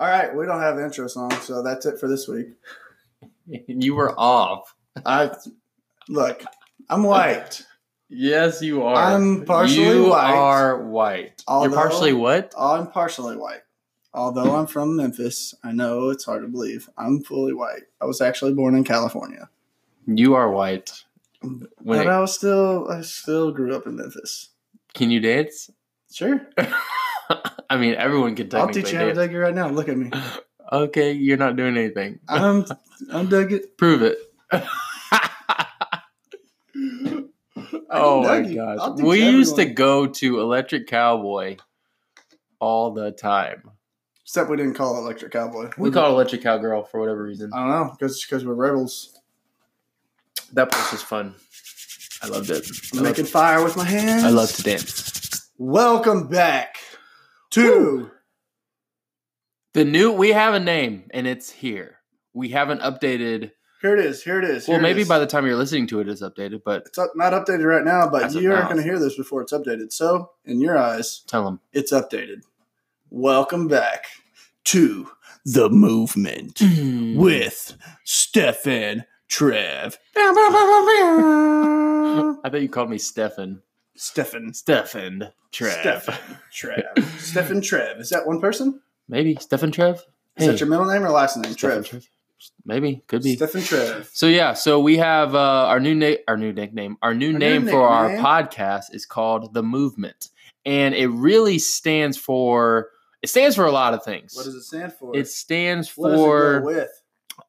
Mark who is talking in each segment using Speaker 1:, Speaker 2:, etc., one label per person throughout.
Speaker 1: right, we don't have an intro song, so that's it for this week.
Speaker 2: You were off.
Speaker 1: I look, I'm white.
Speaker 2: Yes, you are.
Speaker 1: I'm partially
Speaker 2: you
Speaker 1: white.
Speaker 2: are white.
Speaker 1: Although-
Speaker 2: You're partially what?
Speaker 1: I'm partially white. Although I'm from Memphis, I know it's hard to believe. I'm fully white. I was actually born in California,
Speaker 2: You are white. When
Speaker 1: but
Speaker 2: it-
Speaker 1: I was still I still grew up in Memphis.
Speaker 2: can you dance?
Speaker 1: Sure,
Speaker 2: I mean, everyone can
Speaker 1: I'll
Speaker 2: technically
Speaker 1: teach you how to
Speaker 2: dance.
Speaker 1: dig it right now. Look at me.
Speaker 2: Okay, you're not doing anything.
Speaker 1: I'm I'm dug it.
Speaker 2: Prove it. oh my
Speaker 1: dug you. I'll
Speaker 2: gosh.
Speaker 1: teach
Speaker 2: We used to
Speaker 1: everyone.
Speaker 2: go to Electric Cowboy all the time.
Speaker 1: Except we didn't call it Uh, Electric Cowboy.
Speaker 2: We call it Electric Cowgirl for whatever reason.
Speaker 1: I don't know because because we're rebels.
Speaker 2: That place was fun. I loved it. I
Speaker 1: I'm
Speaker 2: loved,
Speaker 1: making fire with my hands.
Speaker 2: I loved to dance.
Speaker 1: Welcome back to
Speaker 2: The new we have a name and it's here. We haven't updated.
Speaker 1: here it is. Here it is.
Speaker 2: Well, maybe by the time you're listening to it, it's updated. But
Speaker 1: it's up, not updated right now, but
Speaker 2: As of
Speaker 1: you're
Speaker 2: now.
Speaker 1: going to hear this before it's updated. So in your eyes,
Speaker 2: tell them
Speaker 1: it's updated. Welcome back to the movement
Speaker 2: Mm.
Speaker 1: with Stefan Trev.
Speaker 2: I bet you called me Stefan.
Speaker 1: Stefan
Speaker 2: Stefan Trev.
Speaker 1: Stefan Trev. Stefan Trev. Is that one person?
Speaker 2: Maybe Stefan Trev.
Speaker 1: Is that your middle name or last name?
Speaker 2: Stefan
Speaker 1: Trev.
Speaker 2: Maybe could be.
Speaker 1: Stefan Trev.
Speaker 2: so yeah, so we have uh, our new na- our new nickname. Our new
Speaker 1: new
Speaker 2: name for our
Speaker 1: nickname.
Speaker 2: podcast is called the Movement, and it really stands for it stands for a lot of things.
Speaker 1: What does it stand for?
Speaker 2: It stands
Speaker 1: what does it go
Speaker 2: for
Speaker 1: with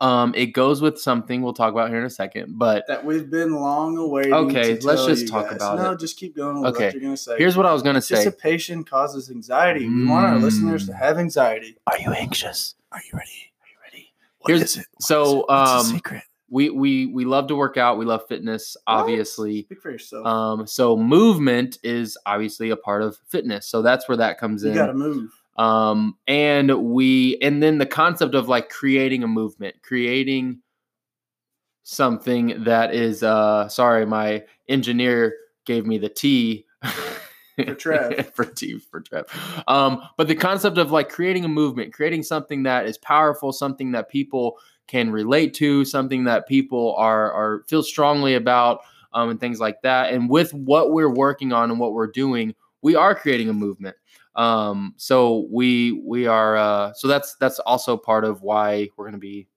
Speaker 2: um it goes with something we'll talk about here in a second, but
Speaker 1: that we've been long awaiting.
Speaker 2: Okay,
Speaker 1: to
Speaker 2: let's
Speaker 1: tell
Speaker 2: just
Speaker 1: you
Speaker 2: talk
Speaker 1: guys.
Speaker 2: about
Speaker 1: No,
Speaker 2: it.
Speaker 1: just keep going. With
Speaker 2: Okay,
Speaker 1: what you're gonna say.
Speaker 2: here's what I was going to say.
Speaker 1: anticipation causes anxiety. We want our listeners to
Speaker 2: Mm.
Speaker 1: have anxiety.
Speaker 2: Are you anxious?
Speaker 1: Are you ready?
Speaker 2: Are you ready?
Speaker 1: What
Speaker 2: Here's-
Speaker 1: is it? What is it?
Speaker 2: So
Speaker 1: What's the
Speaker 2: um
Speaker 1: secret?
Speaker 2: we we we love to work out. We love fitness,
Speaker 1: What?
Speaker 2: obviously.
Speaker 1: Speak for yourself.
Speaker 2: Um so movement is obviously a part of fitness. So that's where that comes
Speaker 1: you got to
Speaker 2: in.
Speaker 1: move.
Speaker 2: Um and we and then the concept of like creating a movement, creating something that is uh sorry, my engineer gave me the T
Speaker 1: For Trev.
Speaker 2: for T for Trev. Um, but the concept of like creating a movement, creating something that is powerful, something that people can relate to, something that people are are feel strongly about, um, and things like that. And with what we're working on and what we're doing, we are creating a movement. Um, so we we are uh, so that's that's also part of why we're gonna be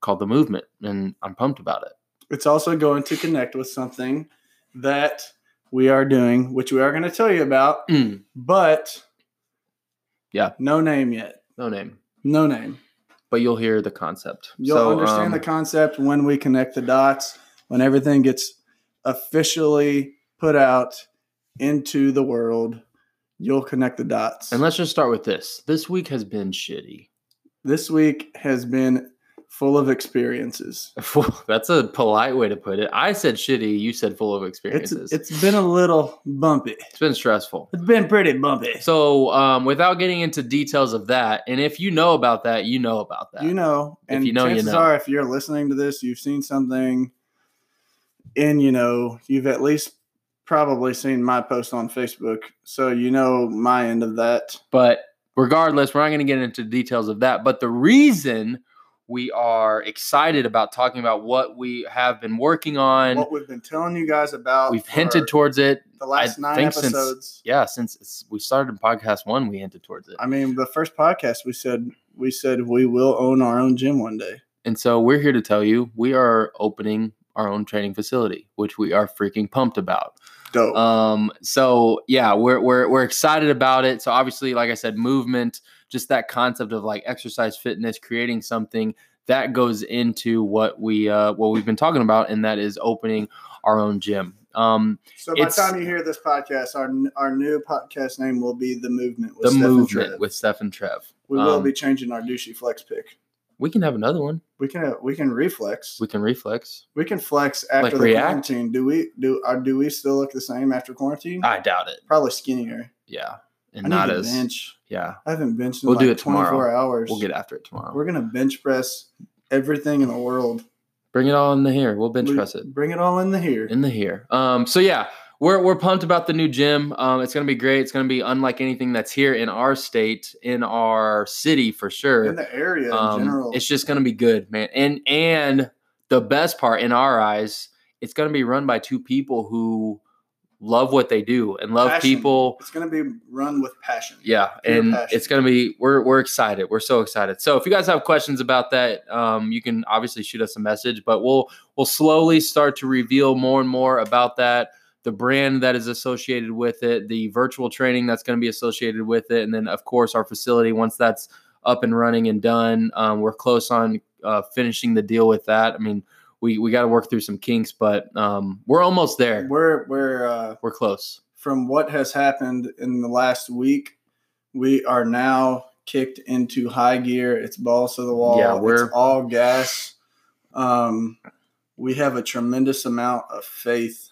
Speaker 2: called the movement, and I'm pumped about it.
Speaker 1: It's also going to connect with something that we are doing, which we are going to tell you about,
Speaker 2: Mm,
Speaker 1: but
Speaker 2: Yeah.
Speaker 1: no name yet.
Speaker 2: no name,
Speaker 1: No name.
Speaker 2: but you'll hear the concept.
Speaker 1: You'll
Speaker 2: So,
Speaker 1: understand
Speaker 2: um,
Speaker 1: the concept when we connect the dots, when everything gets officially put out into the world. You'll connect the dots.
Speaker 2: And let's just start with this. This week has been shitty.
Speaker 1: this week has been full of experiences.
Speaker 2: That's a polite way to put it. I said shitty. You said full of
Speaker 1: It's
Speaker 2: experiences.
Speaker 1: it's been a little bumpy.
Speaker 2: it's been stressful.
Speaker 1: It's been pretty bumpy.
Speaker 2: So, um, without getting into details of that, and if you know about that, you know about that.
Speaker 1: you know,
Speaker 2: If
Speaker 1: and
Speaker 2: you know, you
Speaker 1: chances
Speaker 2: know.
Speaker 1: are, if you're listening to this, you've seen something, and you know, you've at least probably seen my post on Facebook, so you know my end of that.
Speaker 2: But regardless, we're not going to get into details of that. But the reason we are excited about talking about what we have been working on,
Speaker 1: what we've been telling you guys about.
Speaker 2: we've
Speaker 1: for
Speaker 2: hinted towards it.
Speaker 1: the last
Speaker 2: I
Speaker 1: nine
Speaker 2: think since-
Speaker 1: episodes.
Speaker 2: Yeah, since it's, we started podcast one, we hinted towards it.
Speaker 1: I mean, the first podcast we said we said we will own our own gym one day.
Speaker 2: And so we're here to tell you we are opening our own training facility, which we are freaking pumped about.
Speaker 1: Dope.
Speaker 2: Um, so yeah, we're we're we're excited about it. So obviously, like I said, movement, just that concept of like exercise, fitness, creating something that goes into what we uh, what we've been talking about, and that is opening our own gym. Um,
Speaker 1: so by the
Speaker 2: it's-
Speaker 1: time you hear this podcast, our our new podcast name will be the Movement. With
Speaker 2: the
Speaker 1: Steph and
Speaker 2: movement
Speaker 1: Trev.
Speaker 2: with Steph and Trev.
Speaker 1: we will
Speaker 2: um,
Speaker 1: be changing our douchey flex pick.
Speaker 2: We can have another one.
Speaker 1: We can we can reflex.
Speaker 2: We can reflex.
Speaker 1: We can flex after
Speaker 2: Like
Speaker 1: the
Speaker 2: react?
Speaker 1: quarantine. Do we do our do we still look the same after quarantine?
Speaker 2: I doubt it.
Speaker 1: Probably skinnier.
Speaker 2: Yeah, and
Speaker 1: I need
Speaker 2: not
Speaker 1: to
Speaker 2: as
Speaker 1: bench.
Speaker 2: yeah.
Speaker 1: I haven't benched in
Speaker 2: We'll
Speaker 1: like
Speaker 2: do it tomorrow.
Speaker 1: 24 hours.
Speaker 2: We'll get after it tomorrow.
Speaker 1: We're gonna bench press everything in the world.
Speaker 2: Bring it all in the here. We'll bench
Speaker 1: We-
Speaker 2: press it.
Speaker 1: Bring it all in the here.
Speaker 2: in the here. Um, so yeah, we're, we're pumped about the new gym. Um, it's going to be great. It's going to be unlike anything that's here in our state, in our city for
Speaker 1: in
Speaker 2: sure.
Speaker 1: the area in
Speaker 2: Um,
Speaker 1: general.
Speaker 2: it's just going to be good, man. And and the best part in our eyes, it's going to be run by two people who love what they do and love
Speaker 1: Passion.
Speaker 2: people.
Speaker 1: It's going to be run with passion.
Speaker 2: Yeah,
Speaker 1: Pure
Speaker 2: and
Speaker 1: passion.
Speaker 2: it's gonna be we're we're excited. We're so excited. So if you guys have questions about that, um, you can obviously shoot us a message, but we'll we'll slowly start to reveal more and more about that, the brand that is associated with it, the virtual training that's gonna be associated with it, and then of course our facility once that's up and running and done. Um, we're close on uh, finishing the deal with that. I mean, we we got to work through some kinks, but um, we're almost there.
Speaker 1: We're we're uh,
Speaker 2: We're close.
Speaker 1: from what has happened in the last week, we are now kicked into high gear. It's balls to the wall.
Speaker 2: Yeah, we're-
Speaker 1: it's all gas. Um, we have a tremendous amount of faith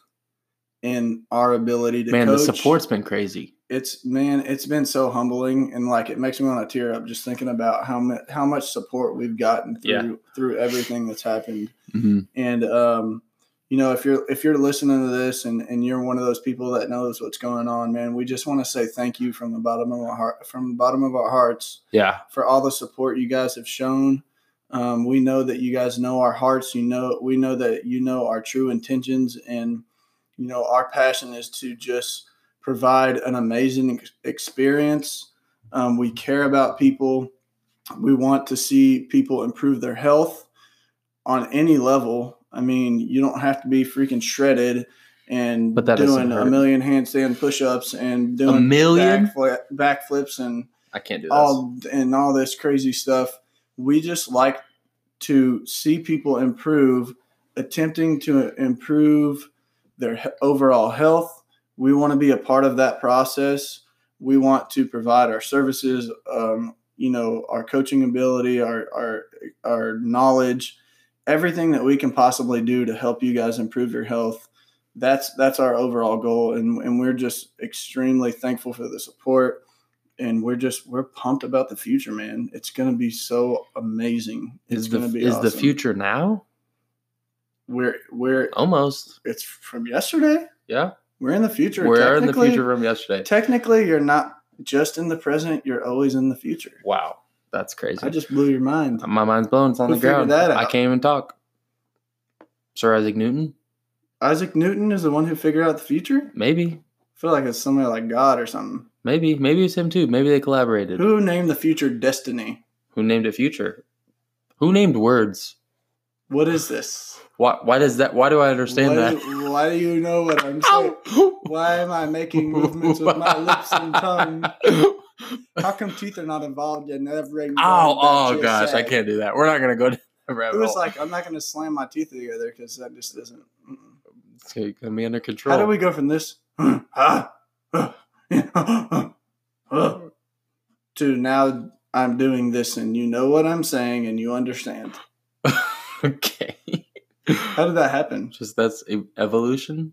Speaker 1: in our ability to
Speaker 2: Man,
Speaker 1: coach.
Speaker 2: the support's been crazy.
Speaker 1: It's man, it's been so humbling, and like it makes me want to tear up just thinking about how mu- how much support we've gotten through
Speaker 2: Yeah.
Speaker 1: through everything that's happened.
Speaker 2: Mhm.
Speaker 1: And um, you know, if you're if you're listening to this and, and you're one of those people that knows what's going on, man, we just want to say thank you from the bottom of our heart from the bottom of our hearts
Speaker 2: Yeah.
Speaker 1: for all the support you guys have shown. Um, we know that you guys know our hearts. You know, we know that you know our true intentions, and you know our passion is to just provide an amazing ex- experience. Um, we care about people. We want to see people improve their health on any level. I mean, you don't have to be freaking shredded and
Speaker 2: But that doesn't
Speaker 1: doing a
Speaker 2: hurt.
Speaker 1: million handstand push-ups and doing
Speaker 2: million?
Speaker 1: backflip, backflips and
Speaker 2: I can't do this.
Speaker 1: all and all this crazy stuff. We just like to see people improve, attempting to improve their he- overall health. We want to be a part of that process. We want to provide our services, um, you know, our coaching ability, our, our our knowledge, everything that we can possibly do to help you guys improve your health. That's that's our overall goal, and and we're just extremely thankful for the support and we're just we're pumped about the future, man. It's gonna be so amazing. It's
Speaker 2: is the
Speaker 1: gonna be
Speaker 2: is the
Speaker 1: awesome.
Speaker 2: future now?
Speaker 1: We're we're
Speaker 2: Almost.
Speaker 1: it's from yesterday.
Speaker 2: Yeah.
Speaker 1: We're in the future.
Speaker 2: We're in the
Speaker 1: Technically-
Speaker 2: future room yesterday.
Speaker 1: Technically, you're not just in the present. You're always in the future.
Speaker 2: Wow. That's crazy.
Speaker 1: I just blew your mind.
Speaker 2: My mind's blown. It's on
Speaker 1: Who
Speaker 2: the
Speaker 1: figured
Speaker 2: ground.
Speaker 1: that
Speaker 2: I
Speaker 1: out?
Speaker 2: can't even talk. Sir Isaac Newton?
Speaker 1: Isaac Newton is the one who figured out the future.
Speaker 2: Maybe.
Speaker 1: I feel like it's somebody like God or something.
Speaker 2: Maybe. Maybe it's him too. Maybe they collaborated.
Speaker 1: Who named the future destiny?
Speaker 2: Who named it future? Who named words?
Speaker 1: What is this?
Speaker 2: Why why does that why do I
Speaker 1: why,
Speaker 2: understand that?
Speaker 1: Do, why do you know what I'm saying?
Speaker 2: Ow!
Speaker 1: Why am I making movements with my lips and tongue?
Speaker 2: Ow,
Speaker 1: How come teeth are not involved in every?
Speaker 2: oh gosh, I can't do that. We're not gonna go down that
Speaker 1: It
Speaker 2: rabbit
Speaker 1: was
Speaker 2: hole.
Speaker 1: like I'm not going to slam my teeth together because that just doesn't. mm-mm.
Speaker 2: it's gonna be under control.
Speaker 1: How do we go from this ah, ah, ah, ah, to now? I'm doing this, and you know what I'm saying, and you understand.
Speaker 2: okay.
Speaker 1: How did that happen?
Speaker 2: Just that's e- evolution,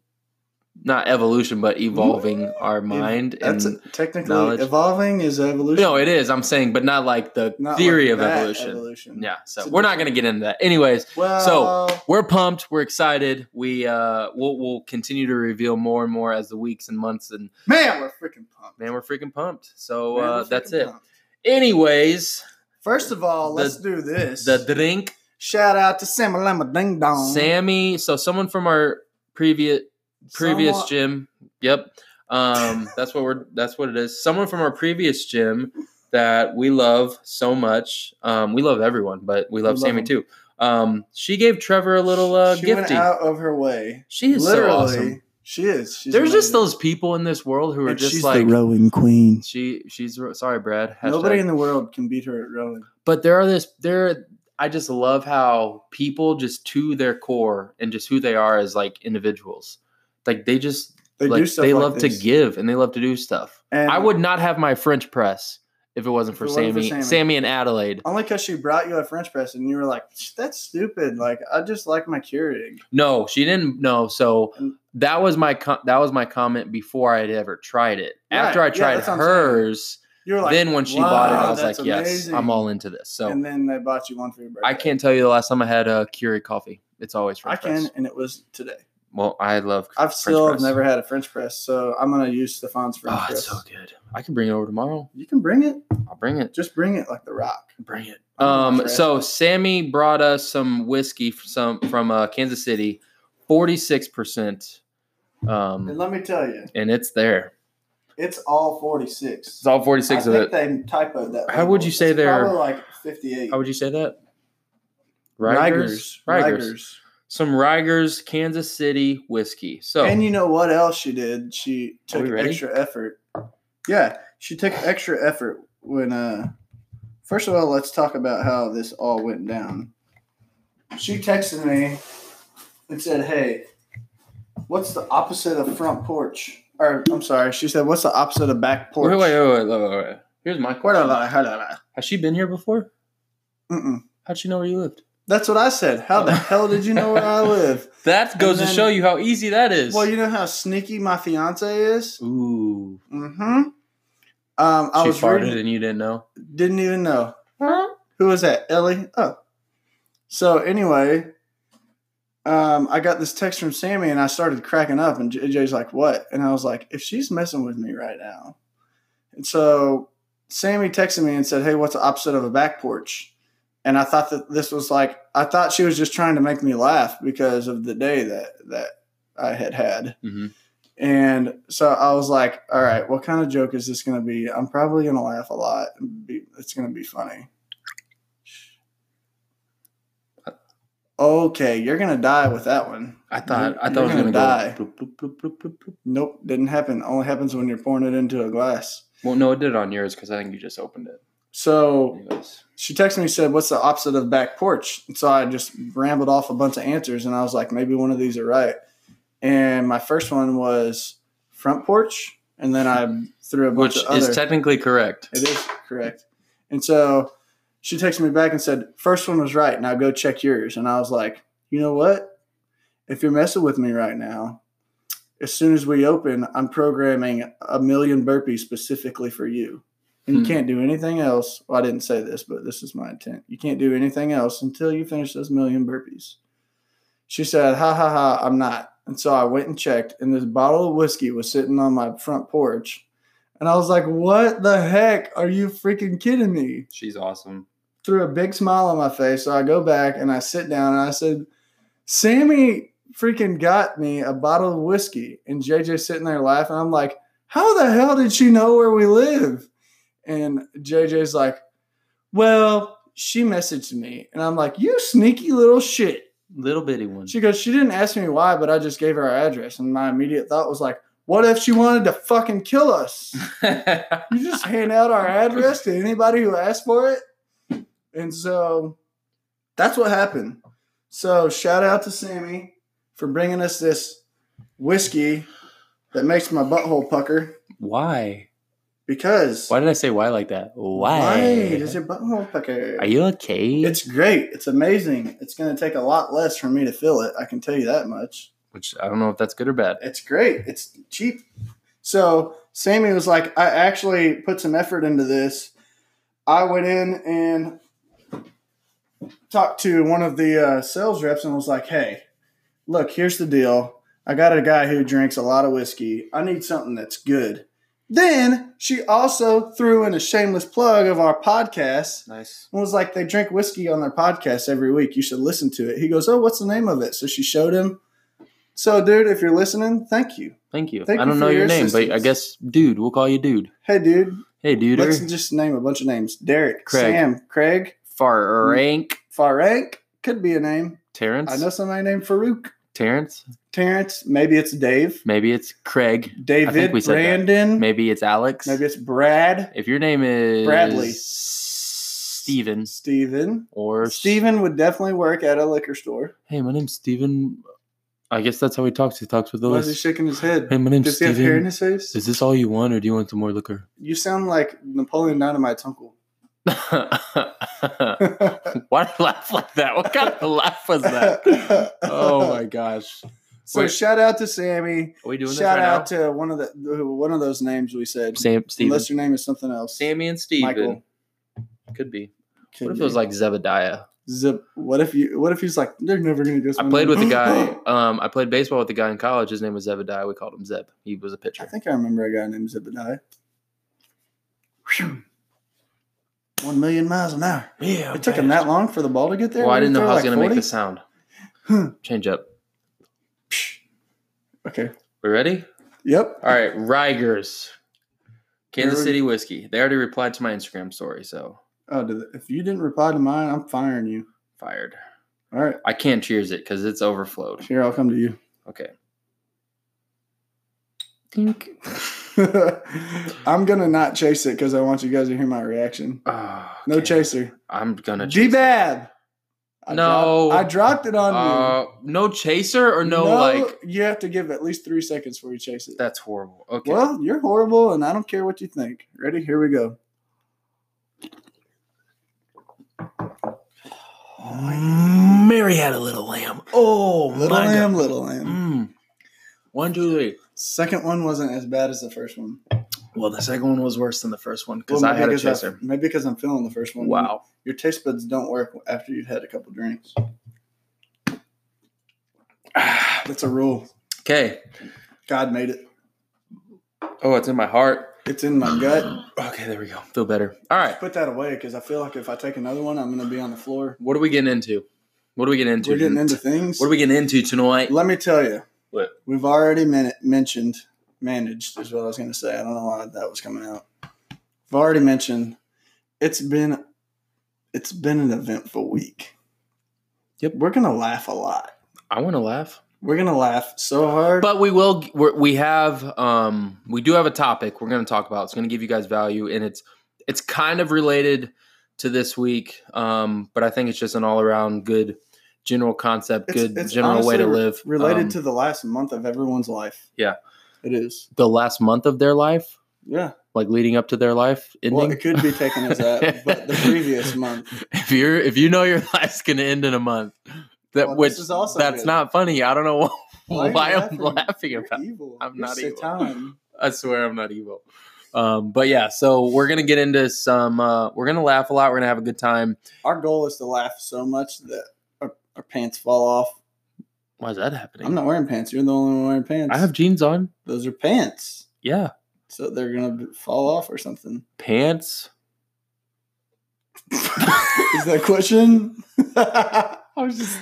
Speaker 2: not evolution, but evolving our mind.
Speaker 1: That's
Speaker 2: and
Speaker 1: technically
Speaker 2: knowledge.
Speaker 1: evolving is evolution.
Speaker 2: no, it is. I'm saying, but not like the
Speaker 1: Not
Speaker 2: theory
Speaker 1: like
Speaker 2: of
Speaker 1: that
Speaker 2: evolution.
Speaker 1: evolution.
Speaker 2: Yeah. So
Speaker 1: It's a
Speaker 2: we're not going to get into that. Anyways,
Speaker 1: Well,
Speaker 2: we're pumped. We're excited. We uh, we'll, we'll continue to reveal more and more as the weeks and months and
Speaker 1: man, we're freaking pumped.
Speaker 2: man, we're freaking pumped. So
Speaker 1: Man,
Speaker 2: uh,
Speaker 1: we're
Speaker 2: that's
Speaker 1: freaking
Speaker 2: it.
Speaker 1: pumped.
Speaker 2: Anyways,
Speaker 1: First of all,
Speaker 2: The-
Speaker 1: let's do this.
Speaker 2: the drink
Speaker 1: Shout out to Sam Lama Ding Dong.
Speaker 2: Sammy. So someone from our previous previous
Speaker 1: Someone-
Speaker 2: gym. Yep. Um, that's what we're. That's what it is. Someone from our previous gym that we love so much. Um, we love everyone, but we love,
Speaker 1: love
Speaker 2: Sammy
Speaker 1: them.
Speaker 2: too. Um, she gave Trevor a little uh,
Speaker 1: she went
Speaker 2: gifty.
Speaker 1: out of her way.
Speaker 2: she is
Speaker 1: Literally,
Speaker 2: so awesome.
Speaker 1: she is. She's
Speaker 2: There's just
Speaker 1: amazing.
Speaker 2: those people in this world who are
Speaker 1: And
Speaker 2: just
Speaker 1: she's
Speaker 2: like
Speaker 1: the rowing queen.
Speaker 2: she. She's ro- sorry, Brad. Hashtag.
Speaker 1: Nobody in the world can beat her at rowing.
Speaker 2: but there are this there i just love how people just to their core and just who they are as like individuals like they just
Speaker 1: They
Speaker 2: like
Speaker 1: do stuff.
Speaker 2: they
Speaker 1: like
Speaker 2: love
Speaker 1: this.
Speaker 2: to give and they love to do stuff
Speaker 1: And
Speaker 2: i would not have my french press if it wasn't
Speaker 1: If
Speaker 2: for,
Speaker 1: it
Speaker 2: sammy,
Speaker 1: wasn't for
Speaker 2: sammy
Speaker 1: Sammy.
Speaker 2: and adelaide
Speaker 1: only because she brought you a French press and you were like, "That's stupid." Like I just like my Keurig.
Speaker 2: no she didn't no so
Speaker 1: And-
Speaker 2: that was my com- that was my comment before i had ever tried it after i
Speaker 1: Right, yeah,
Speaker 2: tried
Speaker 1: that's what I'm saying.
Speaker 2: hers
Speaker 1: You were like,
Speaker 2: then when she bought it i
Speaker 1: "Wow,
Speaker 2: was like
Speaker 1: that's
Speaker 2: yes
Speaker 1: amazing."
Speaker 2: i'm all into this so
Speaker 1: And then they bought you one for your birthday.
Speaker 2: i can't tell you the last time i had a keurig uh, coffee it's always
Speaker 1: I
Speaker 2: french press
Speaker 1: can, and it was today.
Speaker 2: Well, I love.
Speaker 1: I've
Speaker 2: French
Speaker 1: still
Speaker 2: press.
Speaker 1: never had a French press, so I'm gonna use Stefan's French
Speaker 2: Oh, it's
Speaker 1: press.
Speaker 2: so good. I can bring it over tomorrow.
Speaker 1: You can bring it.
Speaker 2: I'll bring it.
Speaker 1: Just bring it like the Rock.
Speaker 2: Bring it.
Speaker 1: Oh,
Speaker 2: Um,
Speaker 1: crap.
Speaker 2: so Sammy brought us some whiskey from some from uh, Kansas City, forty six percent,
Speaker 1: And
Speaker 2: um,
Speaker 1: let me tell you,
Speaker 2: and it's there.
Speaker 1: it's all 46.
Speaker 2: It's all forty six
Speaker 1: I
Speaker 2: of
Speaker 1: think
Speaker 2: it.
Speaker 1: they typoed that.
Speaker 2: How would you
Speaker 1: label.
Speaker 2: say
Speaker 1: It's
Speaker 2: they're-
Speaker 1: probably like 58?
Speaker 2: How would you say that?
Speaker 1: Rigers.
Speaker 2: Rigers. Some Rigers Kansas City whiskey. So
Speaker 1: And you know what else she did? She took
Speaker 2: we ready?
Speaker 1: extra effort. Yeah, she took extra effort when uh first of all, let's talk about how this all went down. She texted me and said, "Hey, what's the opposite of front porch?" Or I'm sorry, she said, "What's the opposite of back porch?"
Speaker 2: wait, wait, wait, wait, wait, wait, wait. Here's my
Speaker 1: Wait,
Speaker 2: question.
Speaker 1: hold on, hold on, hold
Speaker 2: Has she been here before?
Speaker 1: on. Mm-mm.
Speaker 2: How'd she know where you lived?
Speaker 1: That's what I said. How
Speaker 2: Oh.
Speaker 1: the hell did you know where I live?
Speaker 2: That goes
Speaker 1: then-
Speaker 2: to show you how easy that is.
Speaker 1: Well, you know how sneaky my fiance is.
Speaker 2: Ooh,
Speaker 1: Mm-hmm. Um, I
Speaker 2: she
Speaker 1: was
Speaker 2: farted
Speaker 1: reading,
Speaker 2: and you didn't know.
Speaker 1: didn't even know. Who was that? Ellie? Oh. So anyway, um, I got this text from Sammy and I started cracking up and JJ's like, what? And I was like, if she's messing with me right now. And so Sammy texted me and said, Hey, what's the opposite of a back porch? And I thought that this was like I thought she was just trying to make me laugh because of the day that that I had had.
Speaker 2: hmm
Speaker 1: And so I was like, all right, what kind of joke is this going to be? I'm probably going to laugh a lot. Be- It's going to be funny. Okay, you're going to die with that one.
Speaker 2: I thought I
Speaker 1: You're
Speaker 2: thought it was
Speaker 1: gonna
Speaker 2: gonna
Speaker 1: die.
Speaker 2: go. bloop, bloop, bloop, bloop, bloop, bloop.
Speaker 1: Nope, didn't happen. Only happens when you're pouring it into a glass.
Speaker 2: Well, no, it did on yours because I think you just opened it.
Speaker 1: So
Speaker 2: Anyways.
Speaker 1: she texted me, said, What's the opposite of back porch? And so I just rambled off a bunch of answers and I was like, Maybe one of these are right. And my first one was front porch. And then I threw a bunch
Speaker 2: which
Speaker 1: of other.
Speaker 2: is technically correct.
Speaker 1: It is correct. And so she texted me back and said, First one was right. Now go check yours. And I was like, You know what? If you're messing with me right now, as soon as we open, I'm programming a million burpees specifically for you. And you
Speaker 2: Hmm.
Speaker 1: can't do anything else. Well, I didn't say this, but this is my intent. You can't do anything else until you finish those million burpees. She said, Ha ha ha, I'm not. And so I went and checked, and this bottle of whiskey was sitting on my front porch. And I was like, what the heck? Are you freaking kidding me?
Speaker 2: She's awesome.
Speaker 1: Threw a big smile on my face. So I go back and I sit down and I said, Sammy freaking got me a bottle of whiskey. And JJ's sitting there laughing. I'm like, how the hell did she know where we live? And JJ's like, well, she messaged me. And I'm like, you sneaky little shit.
Speaker 2: Little bitty one.
Speaker 1: She goes, she didn't ask me why, but I just gave her our address. And my immediate thought was like, what if she wanted to fucking kill us? you just hand out our address to anybody who asks for it. And so that's what happened. So shout out to Sammy for bringing us this whiskey that makes my butthole pucker
Speaker 2: why?
Speaker 1: because
Speaker 2: Why did I say why like that? Why?
Speaker 1: does your butthole pucker?
Speaker 2: Are you okay?
Speaker 1: it's great. It's amazing. It's going to take a lot less for me to fill it. I can tell you that much.
Speaker 2: Which I don't know if that's good or bad.
Speaker 1: It's great. It's cheap. So Sammy was like, I actually put some effort into this. I went in and talked to one of the uh, sales reps and was like, hey, look, here's the deal. I got a guy who drinks a lot of whiskey. I need something that's good. Then she also threw in a shameless plug of our podcast
Speaker 2: Nice.
Speaker 1: and was like, they drink whiskey on their podcast every week. You should listen to it. He goes, Oh, what's the name of it? So she showed him. So, dude, if you're listening, thank you.
Speaker 2: Thank you.
Speaker 1: Thank
Speaker 2: I
Speaker 1: you
Speaker 2: don't
Speaker 1: for
Speaker 2: know your,
Speaker 1: your
Speaker 2: name, but I
Speaker 1: assistance.
Speaker 2: guess dude. We'll call you dude.
Speaker 1: Hey, dude,
Speaker 2: Hey, dude.
Speaker 1: let's just name a bunch of names Derek,
Speaker 2: Craig.
Speaker 1: Sam, Craig,
Speaker 2: Farank.
Speaker 1: Farank could be a name.
Speaker 2: Terrence.
Speaker 1: Hmm. I know somebody named Farouk,
Speaker 2: Terrence.
Speaker 1: Terrence, maybe it's Dave,
Speaker 2: Maybe it's Craig.
Speaker 1: David,
Speaker 2: we said that.
Speaker 1: Brandon, maybe,
Speaker 2: Maybe it's Alex.
Speaker 1: it's Brad,
Speaker 2: If your name is
Speaker 1: Bradley.
Speaker 2: Steven
Speaker 1: Steven.
Speaker 2: or
Speaker 1: Steven would definitely work at a liquor store.
Speaker 2: Hey, my name's Steven. I guess that's how he talks. He talks with the
Speaker 1: Why is he
Speaker 2: list.
Speaker 1: shaking his head?
Speaker 2: Hey, my name's
Speaker 1: Does he have hair in
Speaker 2: Steven.
Speaker 1: his face?
Speaker 2: Is this all you want, or do you want some more liquor?
Speaker 1: You sound like Napoleon Dynamite's uncle.
Speaker 2: Why did I laugh like that? What kind of laugh was that? Oh my gosh.
Speaker 1: So
Speaker 2: Wait.
Speaker 1: shout out to Sammy.
Speaker 2: Are we doing
Speaker 1: Shout
Speaker 2: this right
Speaker 1: out to one of the one of those names we said.
Speaker 2: now? Sam, Steven.
Speaker 1: Unless your name is something else.
Speaker 2: Sammy and Steven.
Speaker 1: Michael.
Speaker 2: Could be.
Speaker 1: Could
Speaker 2: what if
Speaker 1: be.
Speaker 2: it was like Zebediah?
Speaker 1: zip. What if you? What if he's like, they're never gonna guess.
Speaker 2: I
Speaker 1: my
Speaker 2: played
Speaker 1: name."
Speaker 2: with a guy. Um, I played baseball with a guy in college. His name was Zebediah. We called him Zeb. He was a
Speaker 1: I
Speaker 2: pitcher.
Speaker 1: think I remember a guy named Zebediah. Phew. One million miles an hour.
Speaker 2: Yeah,
Speaker 1: It took him that long for the ball to get there.
Speaker 2: Well, I
Speaker 1: Did he
Speaker 2: didn't know
Speaker 1: throw
Speaker 2: how I was
Speaker 1: like
Speaker 2: gonna make
Speaker 1: 40?
Speaker 2: the sound.
Speaker 1: Hmm.
Speaker 2: Change up.
Speaker 1: Okay.
Speaker 2: We ready?
Speaker 1: Yep.
Speaker 2: All right, Rigers, Kansas
Speaker 1: Here we-
Speaker 2: City whiskey. They already replied to my Instagram story, so
Speaker 1: Oh, did it- if you didn't reply to mine, I'm firing you.
Speaker 2: fired.
Speaker 1: All right.
Speaker 2: I can't cheers it because it's overflowed.
Speaker 1: Here, I'll come to you.
Speaker 2: Okay.
Speaker 1: I'm gonna not chase it because I want you guys to hear my reaction.
Speaker 2: Oh,
Speaker 1: No
Speaker 2: okay.
Speaker 1: chaser.
Speaker 2: I'm gonna
Speaker 1: D bad.
Speaker 2: No.
Speaker 1: I dropped it on you.
Speaker 2: Uh, no chaser or no, like
Speaker 1: you have to give at least three seconds before you chase it.
Speaker 2: that's horrible. Okay.
Speaker 1: Well, you're horrible, and I don't care what you think. Ready? Here we go.
Speaker 2: Mary had a little lamb. Oh
Speaker 1: Little
Speaker 2: my
Speaker 1: lamb, little lamb.
Speaker 2: God. Mm. One, two, three.
Speaker 1: Second one wasn't as bad as the first one.
Speaker 2: Well, the second one was worse than the first one because
Speaker 1: Well,
Speaker 2: I had a
Speaker 1: maybe 'cause
Speaker 2: chaser.
Speaker 1: maybe because I'm feeling the first one.
Speaker 2: Wow.
Speaker 1: Your taste buds don't work after you've had a couple drinks. That's a rule.
Speaker 2: Okay.
Speaker 1: God made it.
Speaker 2: Oh, it's in my heart.
Speaker 1: It's in my
Speaker 2: Mm.
Speaker 1: gut.
Speaker 2: Okay, there we go. Feel better. All right.
Speaker 1: Put that away because I feel like if I take another one, I'm going to be on the floor.
Speaker 2: What are we getting into? What are we getting into?
Speaker 1: We're getting into things.
Speaker 2: what are we getting into tonight?
Speaker 1: Let me tell you.
Speaker 2: What?
Speaker 1: We've already men- mentioned managed is what I was going to say. I don't know why that was coming out. I've already mentioned it's been it's been an eventful week.
Speaker 2: Yep.
Speaker 1: we're gonna laugh a lot.
Speaker 2: I want to laugh,
Speaker 1: We're gonna laugh so hard.
Speaker 2: but we will. We're, we have. Um, we do have a topic we're going to talk about. It's going to give you guys value, and it's it's kind of related to this week. Um, but I think it's just an all around good general concept,
Speaker 1: It's-
Speaker 2: good
Speaker 1: it's
Speaker 2: general way
Speaker 1: honestly
Speaker 2: to
Speaker 1: re-
Speaker 2: live.
Speaker 1: related
Speaker 2: Um,
Speaker 1: to the last month of everyone's life.
Speaker 2: Yeah.
Speaker 1: it is.
Speaker 2: the last month of their life,
Speaker 1: Yeah,
Speaker 2: like leading up to their life ending.
Speaker 1: well, it could be taken as that, but the previous month.
Speaker 2: if you're if you know your life's gonna end in a month that
Speaker 1: Well,
Speaker 2: which
Speaker 1: this is also
Speaker 2: that's
Speaker 1: good.
Speaker 2: not funny i don't know
Speaker 1: Why are
Speaker 2: why,
Speaker 1: you
Speaker 2: i'm
Speaker 1: laughing?
Speaker 2: laughing
Speaker 1: You're
Speaker 2: about
Speaker 1: evil.
Speaker 2: I'm
Speaker 1: You're
Speaker 2: not evil.
Speaker 1: Satan.
Speaker 2: i swear i'm not evil um but yeah so we're gonna get into some uh we're gonna laugh a lot we're gonna have a good time
Speaker 1: Our goal is to laugh so much that our, our pants fall off.
Speaker 2: why is that happening
Speaker 1: I'm not wearing pants. You're the only one wearing pants.
Speaker 2: i have jeans on
Speaker 1: those are pants,
Speaker 2: yeah
Speaker 1: so they're gonna b- fall off or something.
Speaker 2: pants
Speaker 1: Is that a question? have
Speaker 2: i was just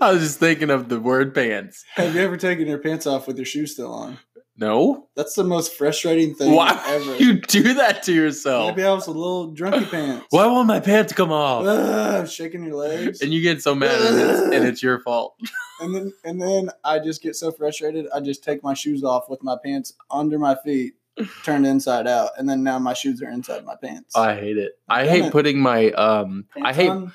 Speaker 2: i was just thinking of the word pants
Speaker 1: you ever taken your pants off with your shoes still on?
Speaker 2: no
Speaker 1: That's the most frustrating thing
Speaker 2: why
Speaker 1: ever.
Speaker 2: would you do that to yourself
Speaker 1: Maybe I was a little drunky pants.
Speaker 2: why won't my pants come off
Speaker 1: Ugh, shaking your legs,
Speaker 2: and you get so mad and it's, and it's your fault
Speaker 1: and then and then I just get so frustrated. I just take my shoes off with my pants under my feet, turned inside out, and then now my shoes are inside my pants.
Speaker 2: I hate it. I
Speaker 1: Damn
Speaker 2: hate
Speaker 1: it.
Speaker 2: putting my um I
Speaker 1: Pants
Speaker 2: hate
Speaker 1: on?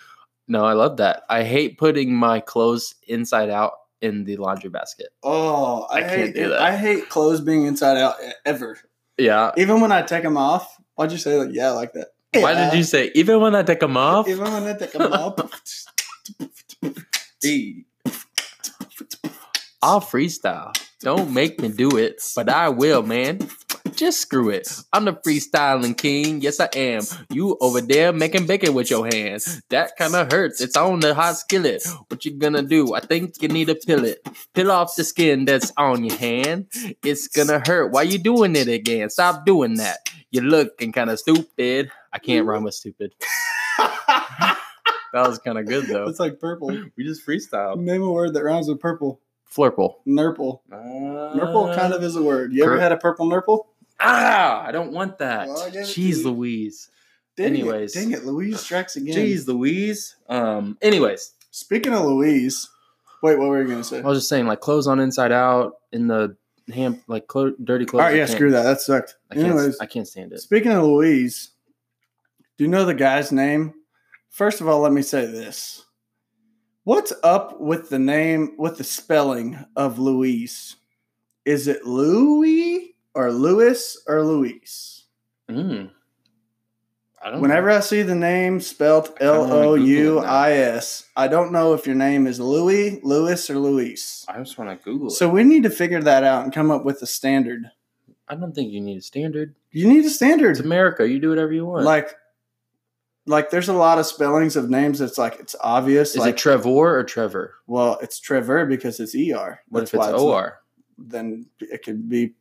Speaker 2: no, I love that. I hate putting my clothes inside out in the laundry basket.
Speaker 1: Oh, I,
Speaker 2: I can't
Speaker 1: hate
Speaker 2: do
Speaker 1: it.
Speaker 2: that.
Speaker 1: I hate clothes being inside out e- ever.
Speaker 2: Yeah.
Speaker 1: Even when I take them off, why'd you say like yeah like that?
Speaker 2: Why did you say even when I take them off?
Speaker 1: Even when I take them off,
Speaker 2: I'll freestyle. Don't make me do it, but I will, man. Just screw it. I'm the freestyling king. Yes, I am. You over there making bacon with your hands. That kind of hurts. It's on the hot skillet. What you gonna do? I think you need to peel it. Peel off the skin that's on your hand. It's gonna hurt. Why you doing it again? Stop doing that. You're looking kind of stupid. I can't rhyme with stupid. That was kind of good though.
Speaker 1: it's like purple.
Speaker 2: We just freestyle.
Speaker 1: Name a word that rhymes with purple.
Speaker 2: Flurple.
Speaker 1: Nurple. Nurple kind of is a word. You ever
Speaker 2: Cur-
Speaker 1: had a purple nurple?
Speaker 2: Uh, Ah, I don't want that.
Speaker 1: Well, I gave it to
Speaker 2: Jeez
Speaker 1: you.
Speaker 2: Louise.
Speaker 1: Dang
Speaker 2: Anyways.
Speaker 1: it, dang it, Louise strikes again.
Speaker 2: Jeez Louise. Um, anyways,
Speaker 1: Speaking of Louise, wait, what were you gonna say?
Speaker 2: I was just saying, like clothes on inside out in the ham, like clo- dirty
Speaker 1: All
Speaker 2: clothes.
Speaker 1: right, yeah, screw that. That sucked.
Speaker 2: I can't,
Speaker 1: Anyways,
Speaker 2: I can't stand it.
Speaker 1: speaking of Louise, do you know the guy's name? First of all, let me say this: What's up with the name, with the spelling of Louise? Is it Louis or Louis or Louise?
Speaker 2: Mm. I don't.
Speaker 1: Whenever I see the name spelt
Speaker 2: I kinda
Speaker 1: L
Speaker 2: wanna
Speaker 1: O
Speaker 2: Google
Speaker 1: U
Speaker 2: it now.
Speaker 1: I S, I don't know if your name is Louis, Louis, or Luis.
Speaker 2: I just want to Google it.
Speaker 1: So we need to figure that out and come up with a standard.
Speaker 2: I don't think you need a standard.
Speaker 1: You need a
Speaker 2: It's
Speaker 1: standard.
Speaker 2: America. You do whatever you want.
Speaker 1: Like, like there's a lot of spellings of names that's like it's obvious.
Speaker 2: Is
Speaker 1: like
Speaker 2: it Trevor or Trevor?
Speaker 1: well, it's Trevor because it's ER.
Speaker 2: What if it's
Speaker 1: why
Speaker 2: OR?
Speaker 1: Then it could be